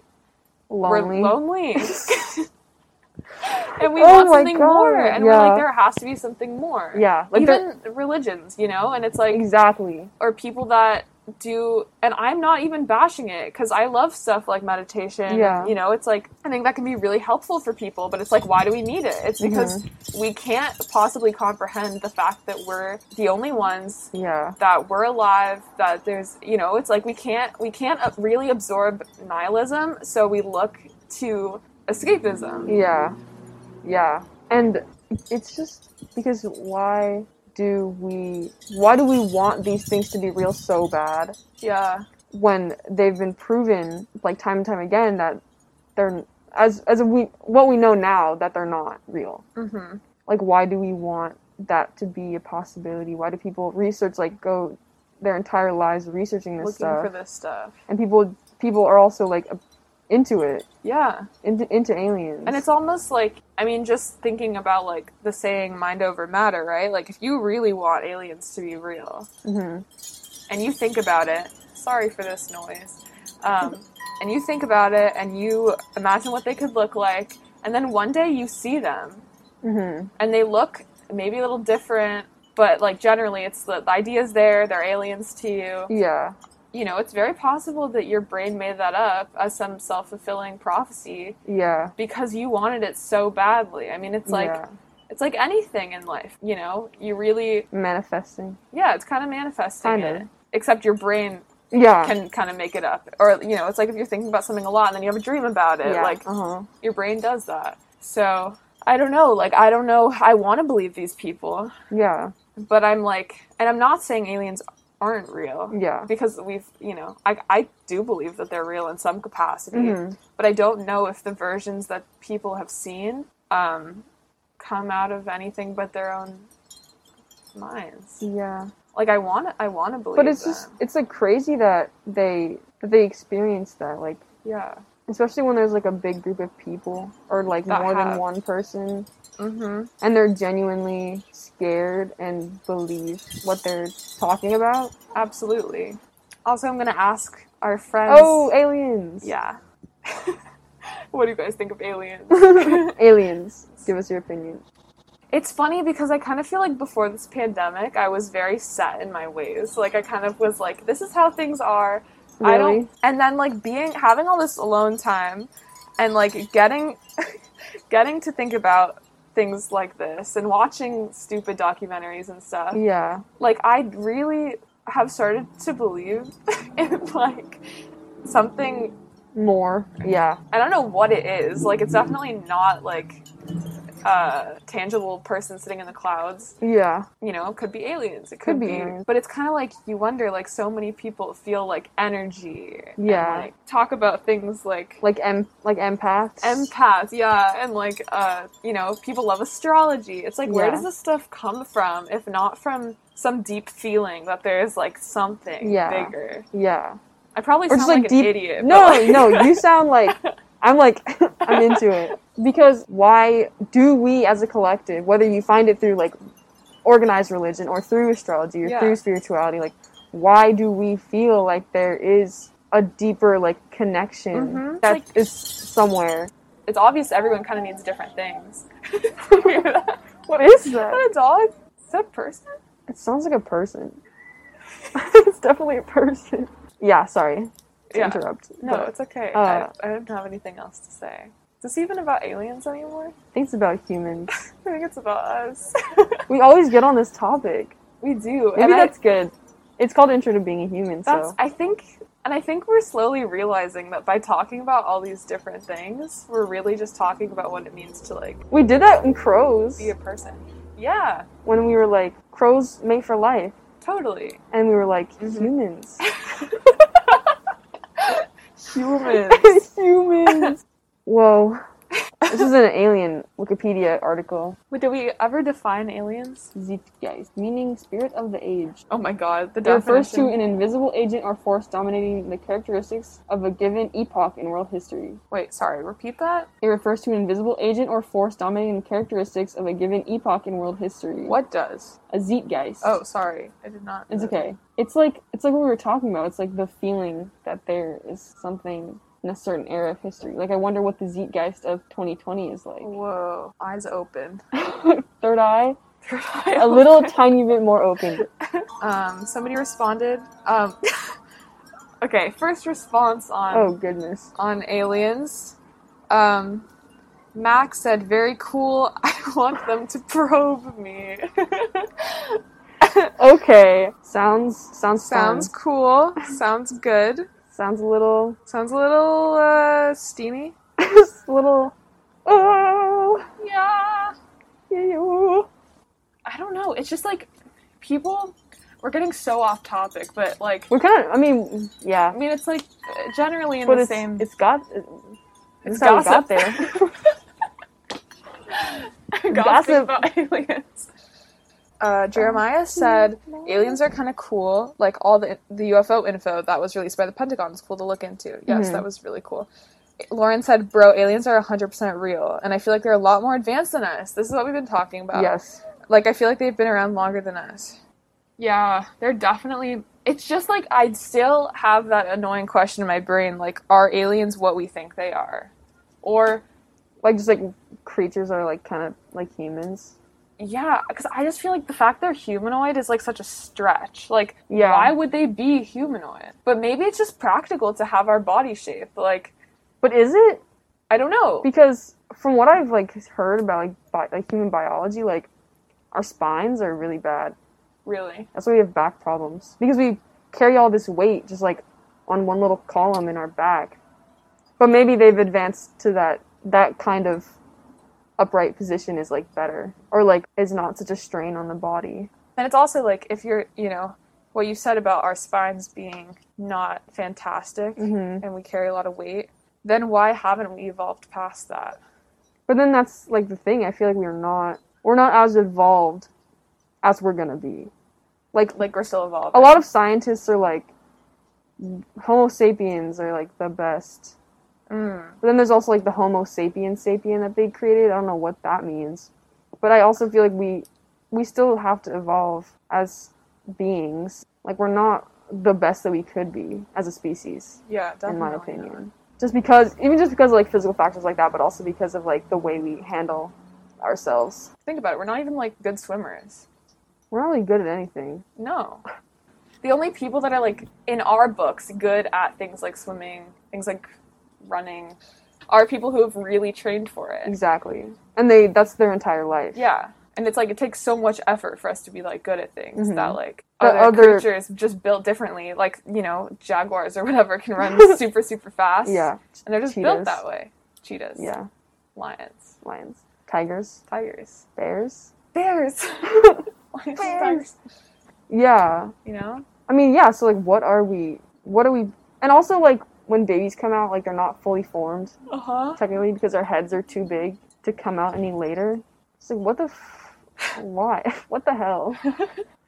[SPEAKER 2] Lonely.
[SPEAKER 1] we're
[SPEAKER 2] <laughs>
[SPEAKER 1] lonely. and we
[SPEAKER 2] Oh
[SPEAKER 1] want
[SPEAKER 2] my
[SPEAKER 1] something more.
[SPEAKER 2] God,
[SPEAKER 1] And we're
[SPEAKER 2] yeah.
[SPEAKER 1] like, there has to be something more.
[SPEAKER 2] yeah. Like they're-
[SPEAKER 1] even religions, you know? And it's like,
[SPEAKER 2] exactly.
[SPEAKER 1] or people that do, and I'm not even bashing it because I love stuff like meditation.
[SPEAKER 2] Yeah.
[SPEAKER 1] You know, it's like, I think that can be really helpful for people, but it's like, why do we need it? It's because
[SPEAKER 2] Mm-hmm.
[SPEAKER 1] we can't possibly comprehend the fact that we're the only ones
[SPEAKER 2] Yeah.
[SPEAKER 1] that we're alive that there's you know it's like we can't we can't uh, really absorb nihilism so we look to escapism
[SPEAKER 2] Yeah. Yeah. And it's just because why do we why do we want these things to be real so bad
[SPEAKER 1] yeah
[SPEAKER 2] when they've been proven like time and time again that they're as as we what we know now that they're not real.
[SPEAKER 1] mm-hmm.
[SPEAKER 2] like why do we want that to be a possibility why do people research like go their entire lives researching this
[SPEAKER 1] looking
[SPEAKER 2] stuff
[SPEAKER 1] for this stuff
[SPEAKER 2] and people people are also like a- into it
[SPEAKER 1] yeah
[SPEAKER 2] into, into aliens
[SPEAKER 1] and it's almost like i mean just thinking about like the saying mind over matter right like if you really want aliens to be real
[SPEAKER 2] Mhm.
[SPEAKER 1] and you think about it, sorry for this noise, um, and you think about it and you imagine what they could look like, and then one day you see them
[SPEAKER 2] Mhm.
[SPEAKER 1] and they look maybe a little different, but like generally it's the, the idea's there, they're aliens to you.
[SPEAKER 2] yeah
[SPEAKER 1] You know, it's very possible that your brain made that up as some self fulfilling prophecy
[SPEAKER 2] yeah
[SPEAKER 1] because you wanted it so badly. I mean, it's like.
[SPEAKER 2] yeah.
[SPEAKER 1] It's like anything in life, you know. You really,
[SPEAKER 2] manifesting
[SPEAKER 1] yeah. It's kind of manifesting
[SPEAKER 2] Kind of.
[SPEAKER 1] it, except your brain
[SPEAKER 2] yeah
[SPEAKER 1] can kind of make it up. Or, you know, it's like if you're thinking about something a lot and then you have a dream about it,
[SPEAKER 2] yeah
[SPEAKER 1] like
[SPEAKER 2] uh-huh.
[SPEAKER 1] your brain does that. So, I don't know. Like, I don't know. I want to believe these people,
[SPEAKER 2] yeah
[SPEAKER 1] but I'm like, and I'm not saying aliens aren't real
[SPEAKER 2] yeah
[SPEAKER 1] because we've, you know, I, I do believe that they're real in some capacity,
[SPEAKER 2] Mhm.
[SPEAKER 1] but I don't know if the versions that people have seen um, come out of anything but their own minds.
[SPEAKER 2] yeah
[SPEAKER 1] Like, I want to, I want to believe
[SPEAKER 2] but it's just
[SPEAKER 1] them.
[SPEAKER 2] it's like crazy that they that they experience that like
[SPEAKER 1] yeah.
[SPEAKER 2] especially when there's like a big group of people or like
[SPEAKER 1] That
[SPEAKER 2] more
[SPEAKER 1] have-
[SPEAKER 2] than one person
[SPEAKER 1] Mm
[SPEAKER 2] and they're genuinely scared and believe what they're talking about.
[SPEAKER 1] hmm. Absolutely. Also, I'm going to ask our friends.
[SPEAKER 2] Oh, aliens!
[SPEAKER 1] Yeah. <laughs> what do you guys think of aliens?
[SPEAKER 2] <laughs> aliens. Give us your opinion.
[SPEAKER 1] it's funny because I kind of feel like before this pandemic, I was very set in my ways. Like I kind of was like, this is how things are. I
[SPEAKER 2] Really?
[SPEAKER 1] don't. And then like being having all this alone time, and like getting, <laughs> getting to think about things like this and watching stupid documentaries and stuff.
[SPEAKER 2] Yeah,
[SPEAKER 1] Like I really have started to believe <laughs> in like something
[SPEAKER 2] more. Yeah,
[SPEAKER 1] I don't know what it is. Like, it's definitely not like a tangible person sitting in the clouds.
[SPEAKER 2] yeah,
[SPEAKER 1] You know, it could be aliens. It could,
[SPEAKER 2] Could
[SPEAKER 1] be.
[SPEAKER 2] be aliens.
[SPEAKER 1] But it's kind of like you wonder. Like, so many people feel like energy. and,
[SPEAKER 2] Yeah.
[SPEAKER 1] like, talk about things like.
[SPEAKER 2] like em, like empaths.
[SPEAKER 1] Empath, yeah, and like, uh, you know, people love astrology. It's like, where
[SPEAKER 2] Yeah.
[SPEAKER 1] does this stuff come from if not from some deep feeling that there's like something
[SPEAKER 2] Yeah.
[SPEAKER 1] bigger?
[SPEAKER 2] yeah.
[SPEAKER 1] I probably
[SPEAKER 2] Or
[SPEAKER 1] sound
[SPEAKER 2] just,
[SPEAKER 1] like,
[SPEAKER 2] like,
[SPEAKER 1] an
[SPEAKER 2] deep-
[SPEAKER 1] idiot.
[SPEAKER 2] No,
[SPEAKER 1] but, like-
[SPEAKER 2] no. You sound like I'm like <laughs> I'm into it because why do we as a collective, whether you find it through like organized religion or through astrology or
[SPEAKER 1] Yeah.
[SPEAKER 2] through spirituality, like why do we feel like there is a deeper like connection
[SPEAKER 1] Mhm.
[SPEAKER 2] that is
[SPEAKER 1] Like-
[SPEAKER 2] somewhere.
[SPEAKER 1] <laughs> It's obvious everyone kind of needs different things. <laughs> Hear that?
[SPEAKER 2] What is
[SPEAKER 1] Is
[SPEAKER 2] that?
[SPEAKER 1] that a dog? Is that a person?
[SPEAKER 2] It sounds like a person. <laughs> it's definitely a person. Yeah, sorry to
[SPEAKER 1] Yeah.
[SPEAKER 2] interrupt.
[SPEAKER 1] No,
[SPEAKER 2] but
[SPEAKER 1] it's okay.
[SPEAKER 2] uh,
[SPEAKER 1] I, I don't have anything else to say. Is this even about aliens anymore?
[SPEAKER 2] I think it's about humans.
[SPEAKER 1] I think it's about us. <laughs>
[SPEAKER 2] we always get on this topic.
[SPEAKER 1] we do.
[SPEAKER 2] Maybe
[SPEAKER 1] and I-
[SPEAKER 2] that's good. It's called Intro to Being a Human,
[SPEAKER 1] That's
[SPEAKER 2] so
[SPEAKER 1] I think and I think we're slowly realizing that by talking about all these different things, we're really just talking about what it means to like
[SPEAKER 2] we did that in Crows
[SPEAKER 1] be a person. Yeah,
[SPEAKER 2] when we were like Crows made for life,
[SPEAKER 1] totally.
[SPEAKER 2] and we were like
[SPEAKER 3] <laughs>
[SPEAKER 1] Mhm.
[SPEAKER 2] humans,
[SPEAKER 1] <laughs> Humans.
[SPEAKER 2] humans. Whoa, this is an alien Wikipedia article.
[SPEAKER 1] <laughs> Wait, did we ever define aliens?
[SPEAKER 3] Zeitgeist, meaning spirit of the age.
[SPEAKER 1] Oh my god, the
[SPEAKER 3] It refers to
[SPEAKER 1] definition.
[SPEAKER 3] an invisible agent or force dominating the characteristics of a given epoch in world history.
[SPEAKER 1] Wait, sorry, repeat that?
[SPEAKER 3] It refers to an invisible agent or force dominating the characteristics of a given epoch in world history.
[SPEAKER 1] What does?
[SPEAKER 3] A zeitgeist.
[SPEAKER 1] Oh, sorry. I did not.
[SPEAKER 3] It's okay. It's like it's like what we were talking about. It's like the feeling that there is something in a certain era of history. Like I wonder what the zeitgeist of 2020 is like. <laughs>
[SPEAKER 1] Whoa. Eyes open. <laughs>
[SPEAKER 3] Third eye,
[SPEAKER 1] Third eye <laughs>
[SPEAKER 3] a little
[SPEAKER 1] open.
[SPEAKER 3] tiny bit more open.
[SPEAKER 1] Um, somebody responded. Um, <laughs> okay, first response on
[SPEAKER 2] Oh goodness.
[SPEAKER 1] on aliens. Um, Max said, "Very cool. <laughs> I want them to probe me. <laughs>
[SPEAKER 2] Okay, sounds sounds
[SPEAKER 1] Sounds
[SPEAKER 2] fun.
[SPEAKER 1] cool. Sounds good.
[SPEAKER 2] sounds
[SPEAKER 3] <laughs>
[SPEAKER 2] a little
[SPEAKER 1] Sounds a little uh, steamy.
[SPEAKER 2] little. Oh,
[SPEAKER 1] Yeah.
[SPEAKER 2] yeah.
[SPEAKER 1] I don't know. It's just like people. We're getting so off topic, but like,
[SPEAKER 2] We're kind of. I mean, yeah.
[SPEAKER 1] I mean, it's like uh, generally in
[SPEAKER 2] but
[SPEAKER 1] the
[SPEAKER 2] it's,
[SPEAKER 1] same.
[SPEAKER 2] It's got.
[SPEAKER 1] It's
[SPEAKER 2] It's how we got
[SPEAKER 1] gossip.
[SPEAKER 2] there.
[SPEAKER 1] <laughs> gossip,
[SPEAKER 2] Gossip.
[SPEAKER 1] about aliens. Uh, Jeremiah <laughs> said aliens are kind of cool. Like all the the UFO info that was released by the Pentagon is cool to look into. Yes,
[SPEAKER 2] Mhm.
[SPEAKER 1] that was really cool. Lauren said, "Bro, aliens are 100% real, and I feel like they're a lot more advanced than us. This is what we've been talking about.
[SPEAKER 2] Yes.
[SPEAKER 1] Like I feel like they've been around longer than us. Yeah, they're definitely. It's just like I still have that annoying question in my brain: like, are aliens what we think they are, or
[SPEAKER 2] Like just like creatures are like kind of like humans.
[SPEAKER 1] Yeah, because I just feel like the fact they're humanoid is like such a stretch. Like,
[SPEAKER 2] Yeah.
[SPEAKER 1] why would they be humanoid? But maybe it's just practical to have our body shape. Like,
[SPEAKER 2] But is it?
[SPEAKER 1] I don't know.
[SPEAKER 2] Because from what I've like heard about like bi- like human biology, like our spines are really bad.
[SPEAKER 1] Really?
[SPEAKER 2] That's why we have back problems because we carry all this weight just like on one little column in our back. But maybe they've advanced to that that kind of upright position is like better or like is not such a strain on the body.
[SPEAKER 1] And it's also like if you're, you know, what you said about our spines being not fantastic
[SPEAKER 2] Mm-hmm.
[SPEAKER 1] and we carry a lot of weight, then why haven't we evolved past that?
[SPEAKER 2] But then that's like the thing. I feel like we're not we're not as evolved as we're gonna be. Like
[SPEAKER 1] Like, we're still evolving.
[SPEAKER 2] a lot of scientists are like Homo sapiens are like the best.
[SPEAKER 1] Mm.
[SPEAKER 2] But then there's also like the Homo sapien sapien that they created. I don't know what that means. But I also feel like we we still have to evolve as beings. Like we're not the best that we could be as a species
[SPEAKER 1] Yeah, definitely.
[SPEAKER 2] in my opinion. Just because, even just because of like physical factors like that, but also because of like the way we handle ourselves.
[SPEAKER 1] Think about it. We're not even like good swimmers.
[SPEAKER 2] We're not really good at anything.
[SPEAKER 1] No. The only people that are like in our books good at things like swimming, things like running, are people who have really trained for it.
[SPEAKER 2] Exactly. And they, that's their entire life.
[SPEAKER 1] Eh. Yeah. And it's like it takes so much effort for us to be like good at things
[SPEAKER 2] Mhm.
[SPEAKER 1] that like
[SPEAKER 2] The
[SPEAKER 1] other,
[SPEAKER 2] other-
[SPEAKER 1] creatures just built differently, like, you know, jaguars or whatever can run
[SPEAKER 2] <laughs>
[SPEAKER 1] super, super fast.
[SPEAKER 2] Yeah.
[SPEAKER 1] And they're just
[SPEAKER 2] Cheetahs.
[SPEAKER 1] built that way. Cheetahs.
[SPEAKER 2] Yeah.
[SPEAKER 1] Lions.
[SPEAKER 2] Lions, tigers,
[SPEAKER 1] Tigers.
[SPEAKER 2] bears. <laughs>
[SPEAKER 1] Bears. Lions and tigers.
[SPEAKER 2] Yeah.
[SPEAKER 1] You know?
[SPEAKER 2] I mean, yeah. So like, what are we? What are we? And also like when babies come out, like they're not fully formed
[SPEAKER 1] Uh huh.
[SPEAKER 2] technically because their heads are too big to come out any later. It's like what the, f- why? <laughs> what the hell?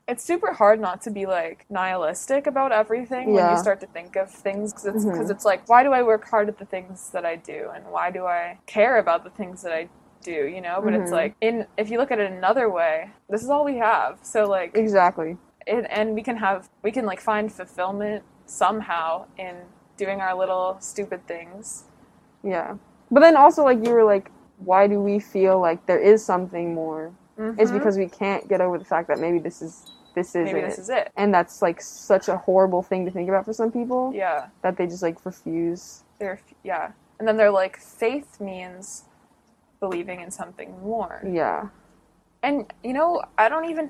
[SPEAKER 1] it's super hard not to be like nihilistic about everything when
[SPEAKER 2] Yeah.
[SPEAKER 1] you start to think of things because it's, 'cause
[SPEAKER 2] Mhm.
[SPEAKER 1] it's like why do i work hard at the things that i do and why do i care about the things that i do you know but it's
[SPEAKER 2] Mhm.
[SPEAKER 1] like in if you look at it another way this is all we have so like
[SPEAKER 2] Exactly.
[SPEAKER 1] and, and we can have we can like find fulfillment somehow in doing our little stupid things.
[SPEAKER 2] Yeah. But then also, like, you were like, why do we feel like there is something more? It's
[SPEAKER 1] Mhm.
[SPEAKER 2] because we can't get over the fact that maybe this is this is
[SPEAKER 1] maybe
[SPEAKER 2] it.
[SPEAKER 1] this is it.
[SPEAKER 2] and that's like such a horrible thing to think about for some people
[SPEAKER 1] Yeah,
[SPEAKER 2] that they just like refuse.
[SPEAKER 1] they're yeah, and then they're like, faith means believing in something more.
[SPEAKER 2] Yeah.
[SPEAKER 1] And you know, I don't even.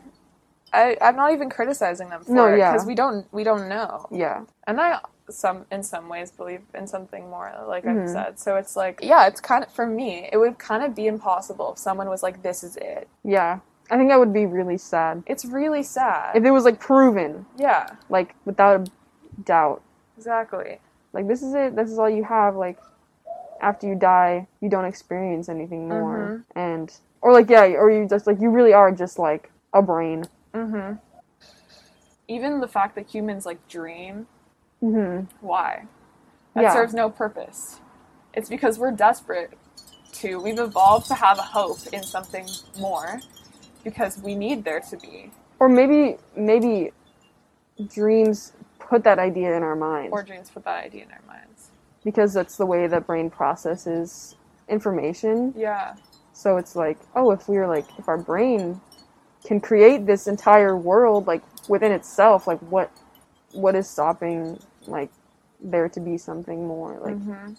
[SPEAKER 1] I, I'm not even criticizing them for
[SPEAKER 2] No,
[SPEAKER 1] it
[SPEAKER 2] yeah.
[SPEAKER 1] because we don't we don't know.
[SPEAKER 2] Yeah.
[SPEAKER 1] and I some in some ways believe in something more like I've
[SPEAKER 2] Mhm.
[SPEAKER 1] said. So it's like yeah, it's kind of for me. It would kind of be impossible if someone was like, "This is it."
[SPEAKER 2] Yeah. I think that would be really sad
[SPEAKER 1] It's really sad.
[SPEAKER 2] if it was like proven,
[SPEAKER 1] yeah,
[SPEAKER 2] like without a doubt.
[SPEAKER 1] exactly.
[SPEAKER 2] Like this is it. This is all you have. Like after you die, you don't experience anything more.
[SPEAKER 1] Mm-hmm.
[SPEAKER 2] And or like yeah, or you just like you really are just like a brain.
[SPEAKER 1] Mm-hmm. Even the fact that humans like dream, Mm-hmm.
[SPEAKER 2] hmm
[SPEAKER 1] why? That
[SPEAKER 2] Yeah.
[SPEAKER 1] serves no purpose. It's because we're desperate to. We've evolved to have a hope in something more because we need there to be
[SPEAKER 2] Or maybe maybe dreams put that idea in our minds
[SPEAKER 1] or dreams put that idea in our minds.
[SPEAKER 2] because that's the way the brain processes information.
[SPEAKER 1] Yeah.
[SPEAKER 2] So it's like, oh, if we are like, if our brain can create this entire world like within itself, like what, what is stopping like there to be something more? Like,
[SPEAKER 1] mm-hmm.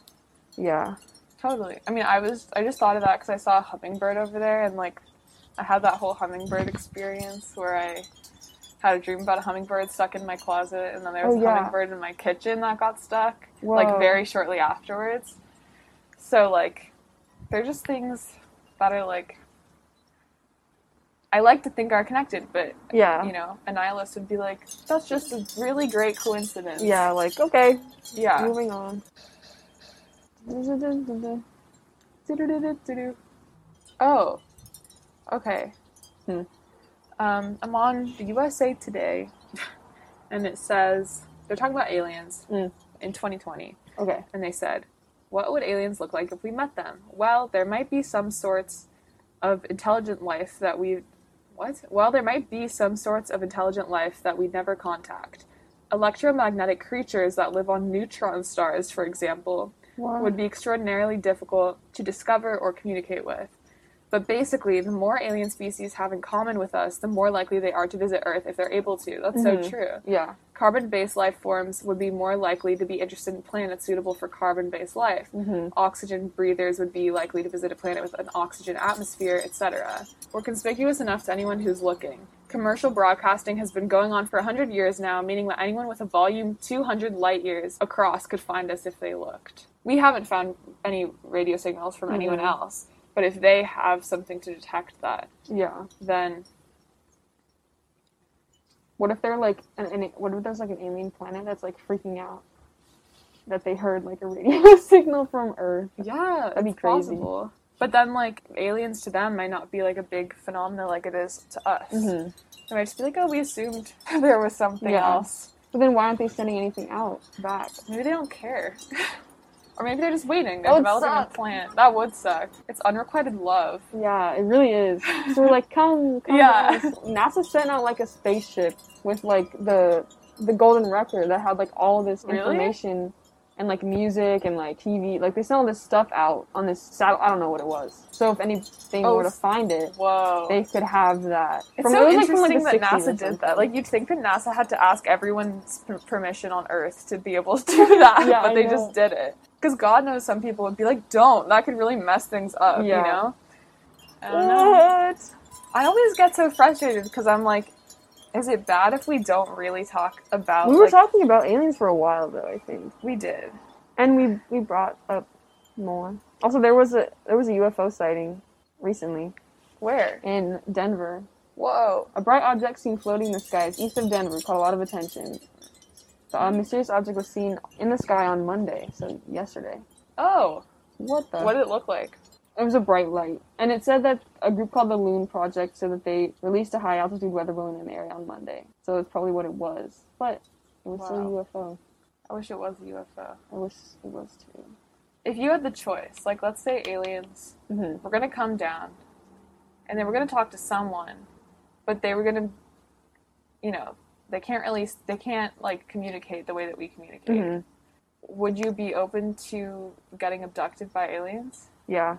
[SPEAKER 2] yeah,
[SPEAKER 1] Totally. I mean, I was I just thought of that because I saw a hummingbird over there, and like I had that whole hummingbird experience where I had a dream about a hummingbird stuck in my closet, and then there was
[SPEAKER 2] Oh,
[SPEAKER 1] a
[SPEAKER 2] yeah.
[SPEAKER 1] hummingbird in my kitchen that got stuck,
[SPEAKER 2] Whoa.
[SPEAKER 1] like very shortly afterwards. So like, they're just things that are like. I like to think are connected, but
[SPEAKER 2] yeah,
[SPEAKER 1] you know, a nihilist would be like, "That's just a really great coincidence."
[SPEAKER 2] yeah. Like, okay,
[SPEAKER 1] yeah. <laughs>
[SPEAKER 2] moving on.
[SPEAKER 1] Do-do-do-do-do-do. Oh, okay.
[SPEAKER 3] Hmm.
[SPEAKER 1] Um, I'm on the USA Today, and it says they're talking about aliens
[SPEAKER 3] Hmm.
[SPEAKER 1] in 2020,
[SPEAKER 3] Okay.
[SPEAKER 1] and they said, "What would aliens look like if we met them?" Well, there might be some sorts of intelligent life that we what? Well, there might be some sorts of intelligent life that we never contact. Electromagnetic creatures that live on neutron stars, for example, would be extraordinarily difficult to discover or communicate with. But basically, the more alien species have in common with us, the more likely they are to visit Earth if they're able to. That's so
[SPEAKER 3] Mhm.
[SPEAKER 1] true.
[SPEAKER 2] Yeah,
[SPEAKER 1] Carbon based life forms would be more likely to be interested in planets suitable for carbon based life.
[SPEAKER 3] Mm-hmm.
[SPEAKER 1] Oxygen breathers would be likely to visit a planet with an oxygen atmosphere, etc. We're conspicuous enough to anyone who's looking. Commercial broadcasting has been going on for 100 years now, meaning that anyone with a volume 200 light years across could find us if they looked. We haven't found any radio signals from anyone
[SPEAKER 3] Mm-hmm.
[SPEAKER 2] Mhm.
[SPEAKER 1] else, but if they have something to detect that, Mm-hmm.
[SPEAKER 2] yeah,
[SPEAKER 1] then
[SPEAKER 3] What if they're like an, an what if there's like an alien planet that's like freaking out that they heard like a radio <laughs> signal from Earth?
[SPEAKER 1] yeah,
[SPEAKER 3] That'd be
[SPEAKER 1] it's
[SPEAKER 3] crazy.
[SPEAKER 1] possible. But then, like, aliens to them might not be like a big phenomena like it is to us. They might just be like, oh, we assumed <laughs> there was something
[SPEAKER 3] Mm-hmm. Yeah.
[SPEAKER 1] else.
[SPEAKER 3] But then why aren't they sending anything out back?
[SPEAKER 1] Maybe they don't care. <laughs> or maybe they're just waiting.
[SPEAKER 3] That
[SPEAKER 1] They're
[SPEAKER 3] would
[SPEAKER 1] developing
[SPEAKER 3] suck.
[SPEAKER 1] a plan. That would suck. It's unrequited love.
[SPEAKER 3] Yeah, it really is. So we're like,
[SPEAKER 1] <laughs>
[SPEAKER 3] come, come.
[SPEAKER 1] Yeah.
[SPEAKER 3] guys. NASA sent out like a spaceship with like the the golden record that had like all this
[SPEAKER 1] Really?
[SPEAKER 3] information and like music and like TV. Like they sent all this stuff out on this satellite. I don't know what it was. So if anything
[SPEAKER 1] Oh,
[SPEAKER 3] were to find it,
[SPEAKER 1] Whoa.
[SPEAKER 3] they could have that.
[SPEAKER 1] it's
[SPEAKER 3] From-
[SPEAKER 1] so
[SPEAKER 3] it was, like, from, like, the
[SPEAKER 1] interesting that
[SPEAKER 3] 60s or
[SPEAKER 1] NASA did that.
[SPEAKER 3] something.
[SPEAKER 1] Like, you'd think that NASA had to ask everyone's p- permission on Earth to be able <laughs>
[SPEAKER 3] <laughs>
[SPEAKER 1] to do that,
[SPEAKER 3] Yeah,
[SPEAKER 1] but
[SPEAKER 3] I
[SPEAKER 1] they
[SPEAKER 3] know.
[SPEAKER 1] just did it. Because God knows some people would be like, don't. That could really mess things up,
[SPEAKER 3] Yeah.
[SPEAKER 1] you know? I don't know.
[SPEAKER 2] what?
[SPEAKER 1] I always get so frustrated because I'm like, is it bad if we don't really talk about
[SPEAKER 2] We were
[SPEAKER 1] like,
[SPEAKER 2] talking about aliens for a while though, I think.
[SPEAKER 1] we did.
[SPEAKER 2] and we we brought up more. Also, there was a there was a UFO sighting recently
[SPEAKER 1] Where?
[SPEAKER 3] in Denver.
[SPEAKER 1] Whoa.
[SPEAKER 3] A bright object seen floating in the skies east of Denver caught a lot of attention. The uh, mysterious object was seen in the sky on Monday, so yesterday.
[SPEAKER 1] Oh.
[SPEAKER 3] What the?
[SPEAKER 1] What did it look like?
[SPEAKER 3] It was a bright light. And it said that a group called the Loon Project said that they released a high altitude weather balloon in the area on Monday. So it's probably what it was. But it was still
[SPEAKER 1] I wish it was a
[SPEAKER 3] a
[SPEAKER 1] UFO.
[SPEAKER 3] UFO. I wish it was too.
[SPEAKER 1] If you had the choice, like let's say aliens
[SPEAKER 3] Mm-hmm.
[SPEAKER 1] were gonna come down and they were gonna talk to someone, but they were gonna
[SPEAKER 2] Mm-hmm.
[SPEAKER 1] you know, they can't really they can't like communicate the way that we communicate. would you be open to getting abducted by aliens?
[SPEAKER 2] Yeah,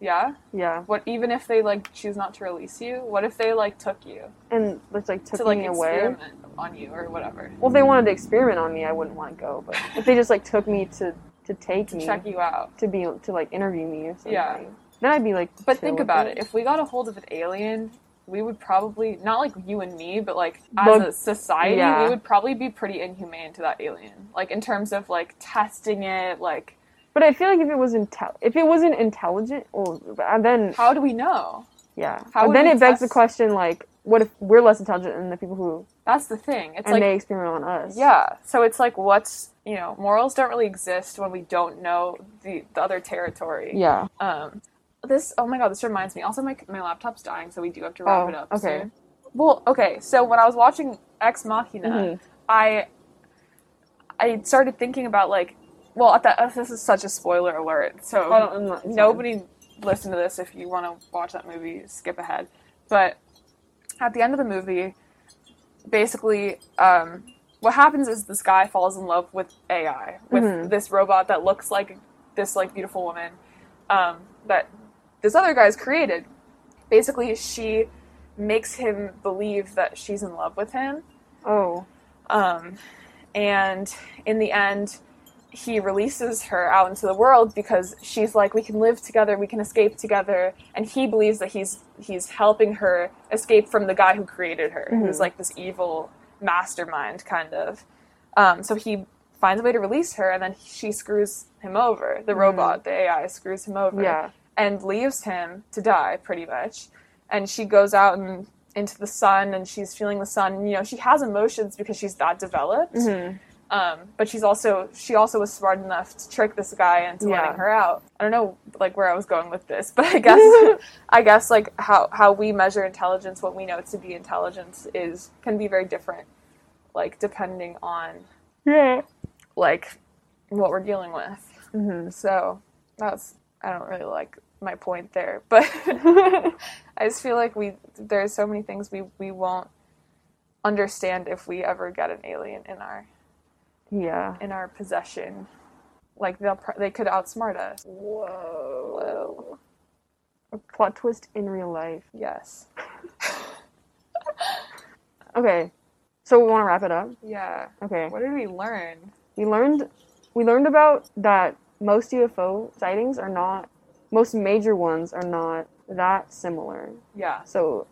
[SPEAKER 1] Yeah.
[SPEAKER 2] yeah.
[SPEAKER 1] What even if they like choose not to release you? What if they like took you
[SPEAKER 2] And it's like took
[SPEAKER 1] to like
[SPEAKER 2] me away.
[SPEAKER 1] experiment on you or whatever
[SPEAKER 2] Well, if they wanted to experiment on me, I wouldn't want to go. But if they just like took me to to take
[SPEAKER 1] to
[SPEAKER 2] me
[SPEAKER 1] check you out?
[SPEAKER 2] to be to like interview me or something,
[SPEAKER 1] Yeah.
[SPEAKER 2] then I'd be like.
[SPEAKER 1] But
[SPEAKER 2] chill
[SPEAKER 1] think
[SPEAKER 2] with
[SPEAKER 1] about it. If we got a hold of an alien, we would probably not like you and me, but like as
[SPEAKER 2] But-
[SPEAKER 1] a society,
[SPEAKER 2] yeah.
[SPEAKER 1] we would probably be pretty inhumane to that alien. Like in terms of like testing it, like
[SPEAKER 2] But I feel like if it was intel, if it wasn't intelligent, well, uh, then
[SPEAKER 1] how do we know?
[SPEAKER 2] yeah,
[SPEAKER 1] how
[SPEAKER 2] But
[SPEAKER 1] would
[SPEAKER 2] then
[SPEAKER 1] we
[SPEAKER 2] it begs the
[SPEAKER 1] test-
[SPEAKER 2] question like, what if we're less intelligent than the people who
[SPEAKER 1] That's the thing. It's
[SPEAKER 2] and
[SPEAKER 1] like
[SPEAKER 2] they experiment on us?
[SPEAKER 1] yeah. So it's like what's you know morals don't really exist when we don't know the the other territory.
[SPEAKER 2] yeah.
[SPEAKER 1] Um, this oh my god, this reminds me. Also, my my laptop's dying, so we do have to wrap
[SPEAKER 2] Oh,
[SPEAKER 1] it up.
[SPEAKER 2] okay.
[SPEAKER 1] soon. Well, okay. So when I was watching Ex Machina,
[SPEAKER 2] Mhm.
[SPEAKER 1] I I started thinking about like, well, at that this is such a spoiler alert. So
[SPEAKER 2] Oh,
[SPEAKER 3] I don't, I'm not, it's
[SPEAKER 1] nobody listen to this if you want to watch that movie skip ahead but at the end of the movie basically um, what happens is this guy falls in love with ai with
[SPEAKER 2] Mhm.
[SPEAKER 1] this robot that looks like this like beautiful woman um, that this other guy's created basically she makes him believe that she's in love with him
[SPEAKER 2] Oh,
[SPEAKER 1] um, and in the end, he releases her out into the world because she's like, we can live together, we can escape together, and he believes that he's he's helping her escape from the guy who created her, who's
[SPEAKER 2] Mhm.
[SPEAKER 1] like this evil mastermind kind of. Um, so he finds a way to release her, and then she screws him over. The
[SPEAKER 2] Mhm.
[SPEAKER 1] robot, the AI, screws him over
[SPEAKER 2] yeah.
[SPEAKER 1] and leaves him to die pretty much and she goes out and into the sun and she's feeling the sun and you know she has emotions because she's that developed
[SPEAKER 2] hmm
[SPEAKER 1] um, but she's also she also was smart enough to trick this guy into
[SPEAKER 2] Yeah.
[SPEAKER 1] letting her out i don't know like where i was going with this <laughs> but i guess i guess like how how we measure intelligence what we know to be intelligence is can be very different like depending on
[SPEAKER 2] Yeah.
[SPEAKER 1] like what we're dealing with
[SPEAKER 2] hmm
[SPEAKER 1] so that's I don't really like my point there, <laughs>
[SPEAKER 2] <laughs>
[SPEAKER 1] but I just feel like we there's so many things we we won't understand if we ever get an alien in our
[SPEAKER 2] Yeah.
[SPEAKER 1] in our possession. Like they'll pr- they could outsmart us.
[SPEAKER 2] Whoa. A plot twist in real life.
[SPEAKER 1] Yes.
[SPEAKER 2] Okay, so we want to wrap it up.
[SPEAKER 1] Yeah.
[SPEAKER 2] Okay.
[SPEAKER 1] What did we learn?
[SPEAKER 2] We learned we learned about that most UFO sightings are not most major ones are not that similar.
[SPEAKER 1] Yeah,
[SPEAKER 2] So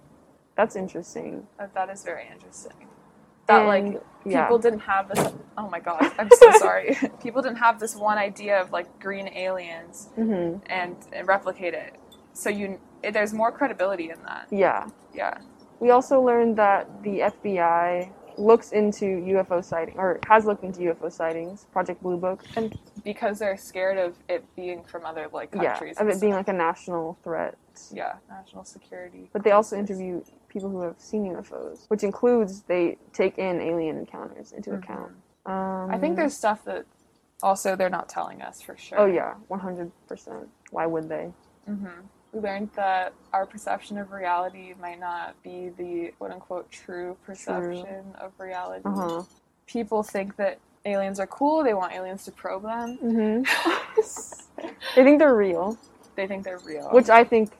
[SPEAKER 2] that's interesting.
[SPEAKER 1] that, that is very interesting. That
[SPEAKER 2] And,
[SPEAKER 1] like
[SPEAKER 2] yeah.
[SPEAKER 1] people didn't have this. Oh my god, I'm so
[SPEAKER 2] <laughs>
[SPEAKER 1] sorry. people didn't have this one idea of like green aliens
[SPEAKER 2] Mhm.
[SPEAKER 1] and, and replicate it. So you, it, there's more credibility in that.
[SPEAKER 2] Yeah.
[SPEAKER 1] Yeah,
[SPEAKER 2] We also learned that the FBI looks into UFO sighting or has looked into UFO sightings, Project Blue Book.
[SPEAKER 1] because they're scared of it being from other like
[SPEAKER 2] Yeah,
[SPEAKER 1] countries.
[SPEAKER 2] of
[SPEAKER 1] and
[SPEAKER 2] it being like a national threat.
[SPEAKER 1] stuff. yeah, national security.
[SPEAKER 2] But they also
[SPEAKER 1] concerns.
[SPEAKER 2] interview people who have seen UFOs, which includes they take in alien encounters into
[SPEAKER 1] Mhm.
[SPEAKER 2] account. Um,
[SPEAKER 1] I think there's stuff that also they're not telling us for sure.
[SPEAKER 2] Oh yeah, one hundred percent. Why would they?
[SPEAKER 1] hmm We learned that our perception of reality might not be the quote unquote true perception of reality.
[SPEAKER 2] Uh huh.
[SPEAKER 1] People think that aliens are cool. They want aliens to probe
[SPEAKER 2] <laughs>
[SPEAKER 1] them.
[SPEAKER 2] hmm They think they're real,
[SPEAKER 1] they think they're real.
[SPEAKER 2] which I think,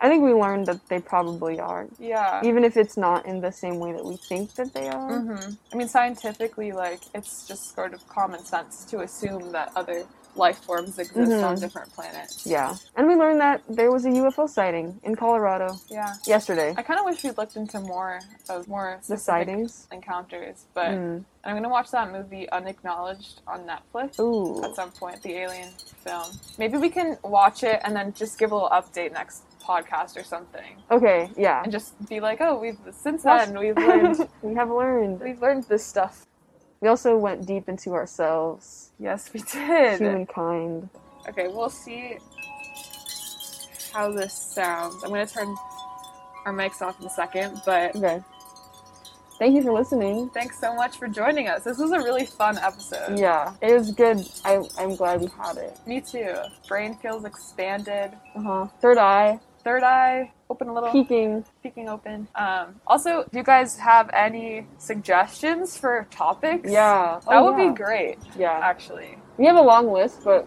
[SPEAKER 2] I think we learned that they probably are,
[SPEAKER 1] yeah.
[SPEAKER 2] even if it's not in the same way that we think that they are.
[SPEAKER 1] hmm I mean, scientifically, like it's just sort of common sense to assume that other life forms exist
[SPEAKER 2] Mhm.
[SPEAKER 1] on different planets.
[SPEAKER 2] Yeah, and we learned that there was a UFO sighting in Colorado
[SPEAKER 1] Yeah.
[SPEAKER 2] yesterday.
[SPEAKER 1] I kind of wish we'd looked into more of more
[SPEAKER 2] The
[SPEAKER 1] specific
[SPEAKER 2] sightings.
[SPEAKER 1] encounters, but
[SPEAKER 2] Mm.
[SPEAKER 1] I'm gonna watch that movie Unacknowledged on Netflix
[SPEAKER 2] Ooh.
[SPEAKER 1] at some point. The alien film. Maybe we can watch it and then just give a little update next podcast or something,
[SPEAKER 2] Okay. Yeah.
[SPEAKER 1] and just be like, "Oh, we've since
[SPEAKER 2] Watch-
[SPEAKER 1] then we've learned
[SPEAKER 2] <laughs> we have learned.
[SPEAKER 1] we've learned this stuff."
[SPEAKER 2] We also went deep into ourselves,
[SPEAKER 1] Yes, we did.
[SPEAKER 2] humankind.
[SPEAKER 1] Okay, we'll see how this sounds. I'm gonna turn our mics off in a second, but
[SPEAKER 2] Okay. Thank you for listening.
[SPEAKER 1] thanks so much for joining us. This was a really fun episode.
[SPEAKER 2] Yeah, it was good. I, I'm glad we had it.
[SPEAKER 1] Me too. Brain feels expanded.
[SPEAKER 2] Uh huh. Third eye.
[SPEAKER 1] Third eye, open a little
[SPEAKER 2] <laughs> Peeking.
[SPEAKER 1] peeking open. Um, also, do you guys have any suggestions for topics?
[SPEAKER 2] Yeah.
[SPEAKER 1] That
[SPEAKER 2] Oh,
[SPEAKER 1] would
[SPEAKER 2] yeah.
[SPEAKER 1] be great,
[SPEAKER 2] Yeah.
[SPEAKER 1] actually.
[SPEAKER 2] We have a long list, but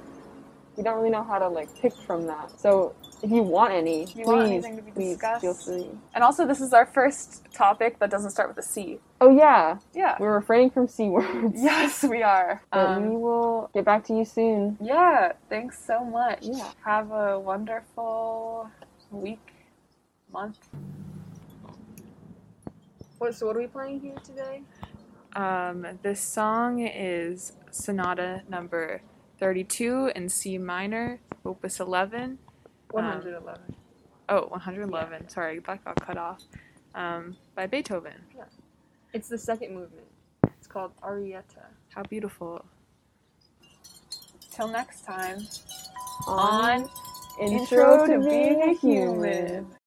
[SPEAKER 2] we don't really know how to like pick from that. So if you want any,
[SPEAKER 1] If you
[SPEAKER 2] please,
[SPEAKER 1] want anything to be
[SPEAKER 2] please
[SPEAKER 1] discussed.
[SPEAKER 2] feel free.
[SPEAKER 1] And also, this is our first topic that doesn't start with a C.
[SPEAKER 2] Oh yeah,
[SPEAKER 1] Yeah.
[SPEAKER 2] we're refraining from c words.
[SPEAKER 1] <laughs> Yes, we are.
[SPEAKER 2] But
[SPEAKER 1] Um,
[SPEAKER 2] we will get back to you soon.
[SPEAKER 1] yeah, thanks so much.
[SPEAKER 2] Yeah.
[SPEAKER 1] Have a wonderful week, month.
[SPEAKER 4] What, so what are we playing here today?
[SPEAKER 1] Um, this song is Sonata number 32 in C minor, opus 11.
[SPEAKER 4] 111.
[SPEAKER 1] Oh, 111. Sorry, that got cut off. Um, by Beethoven.
[SPEAKER 4] it's the second movement. It's called Arietta.
[SPEAKER 1] How beautiful. Till next time.
[SPEAKER 2] Intro to being a human.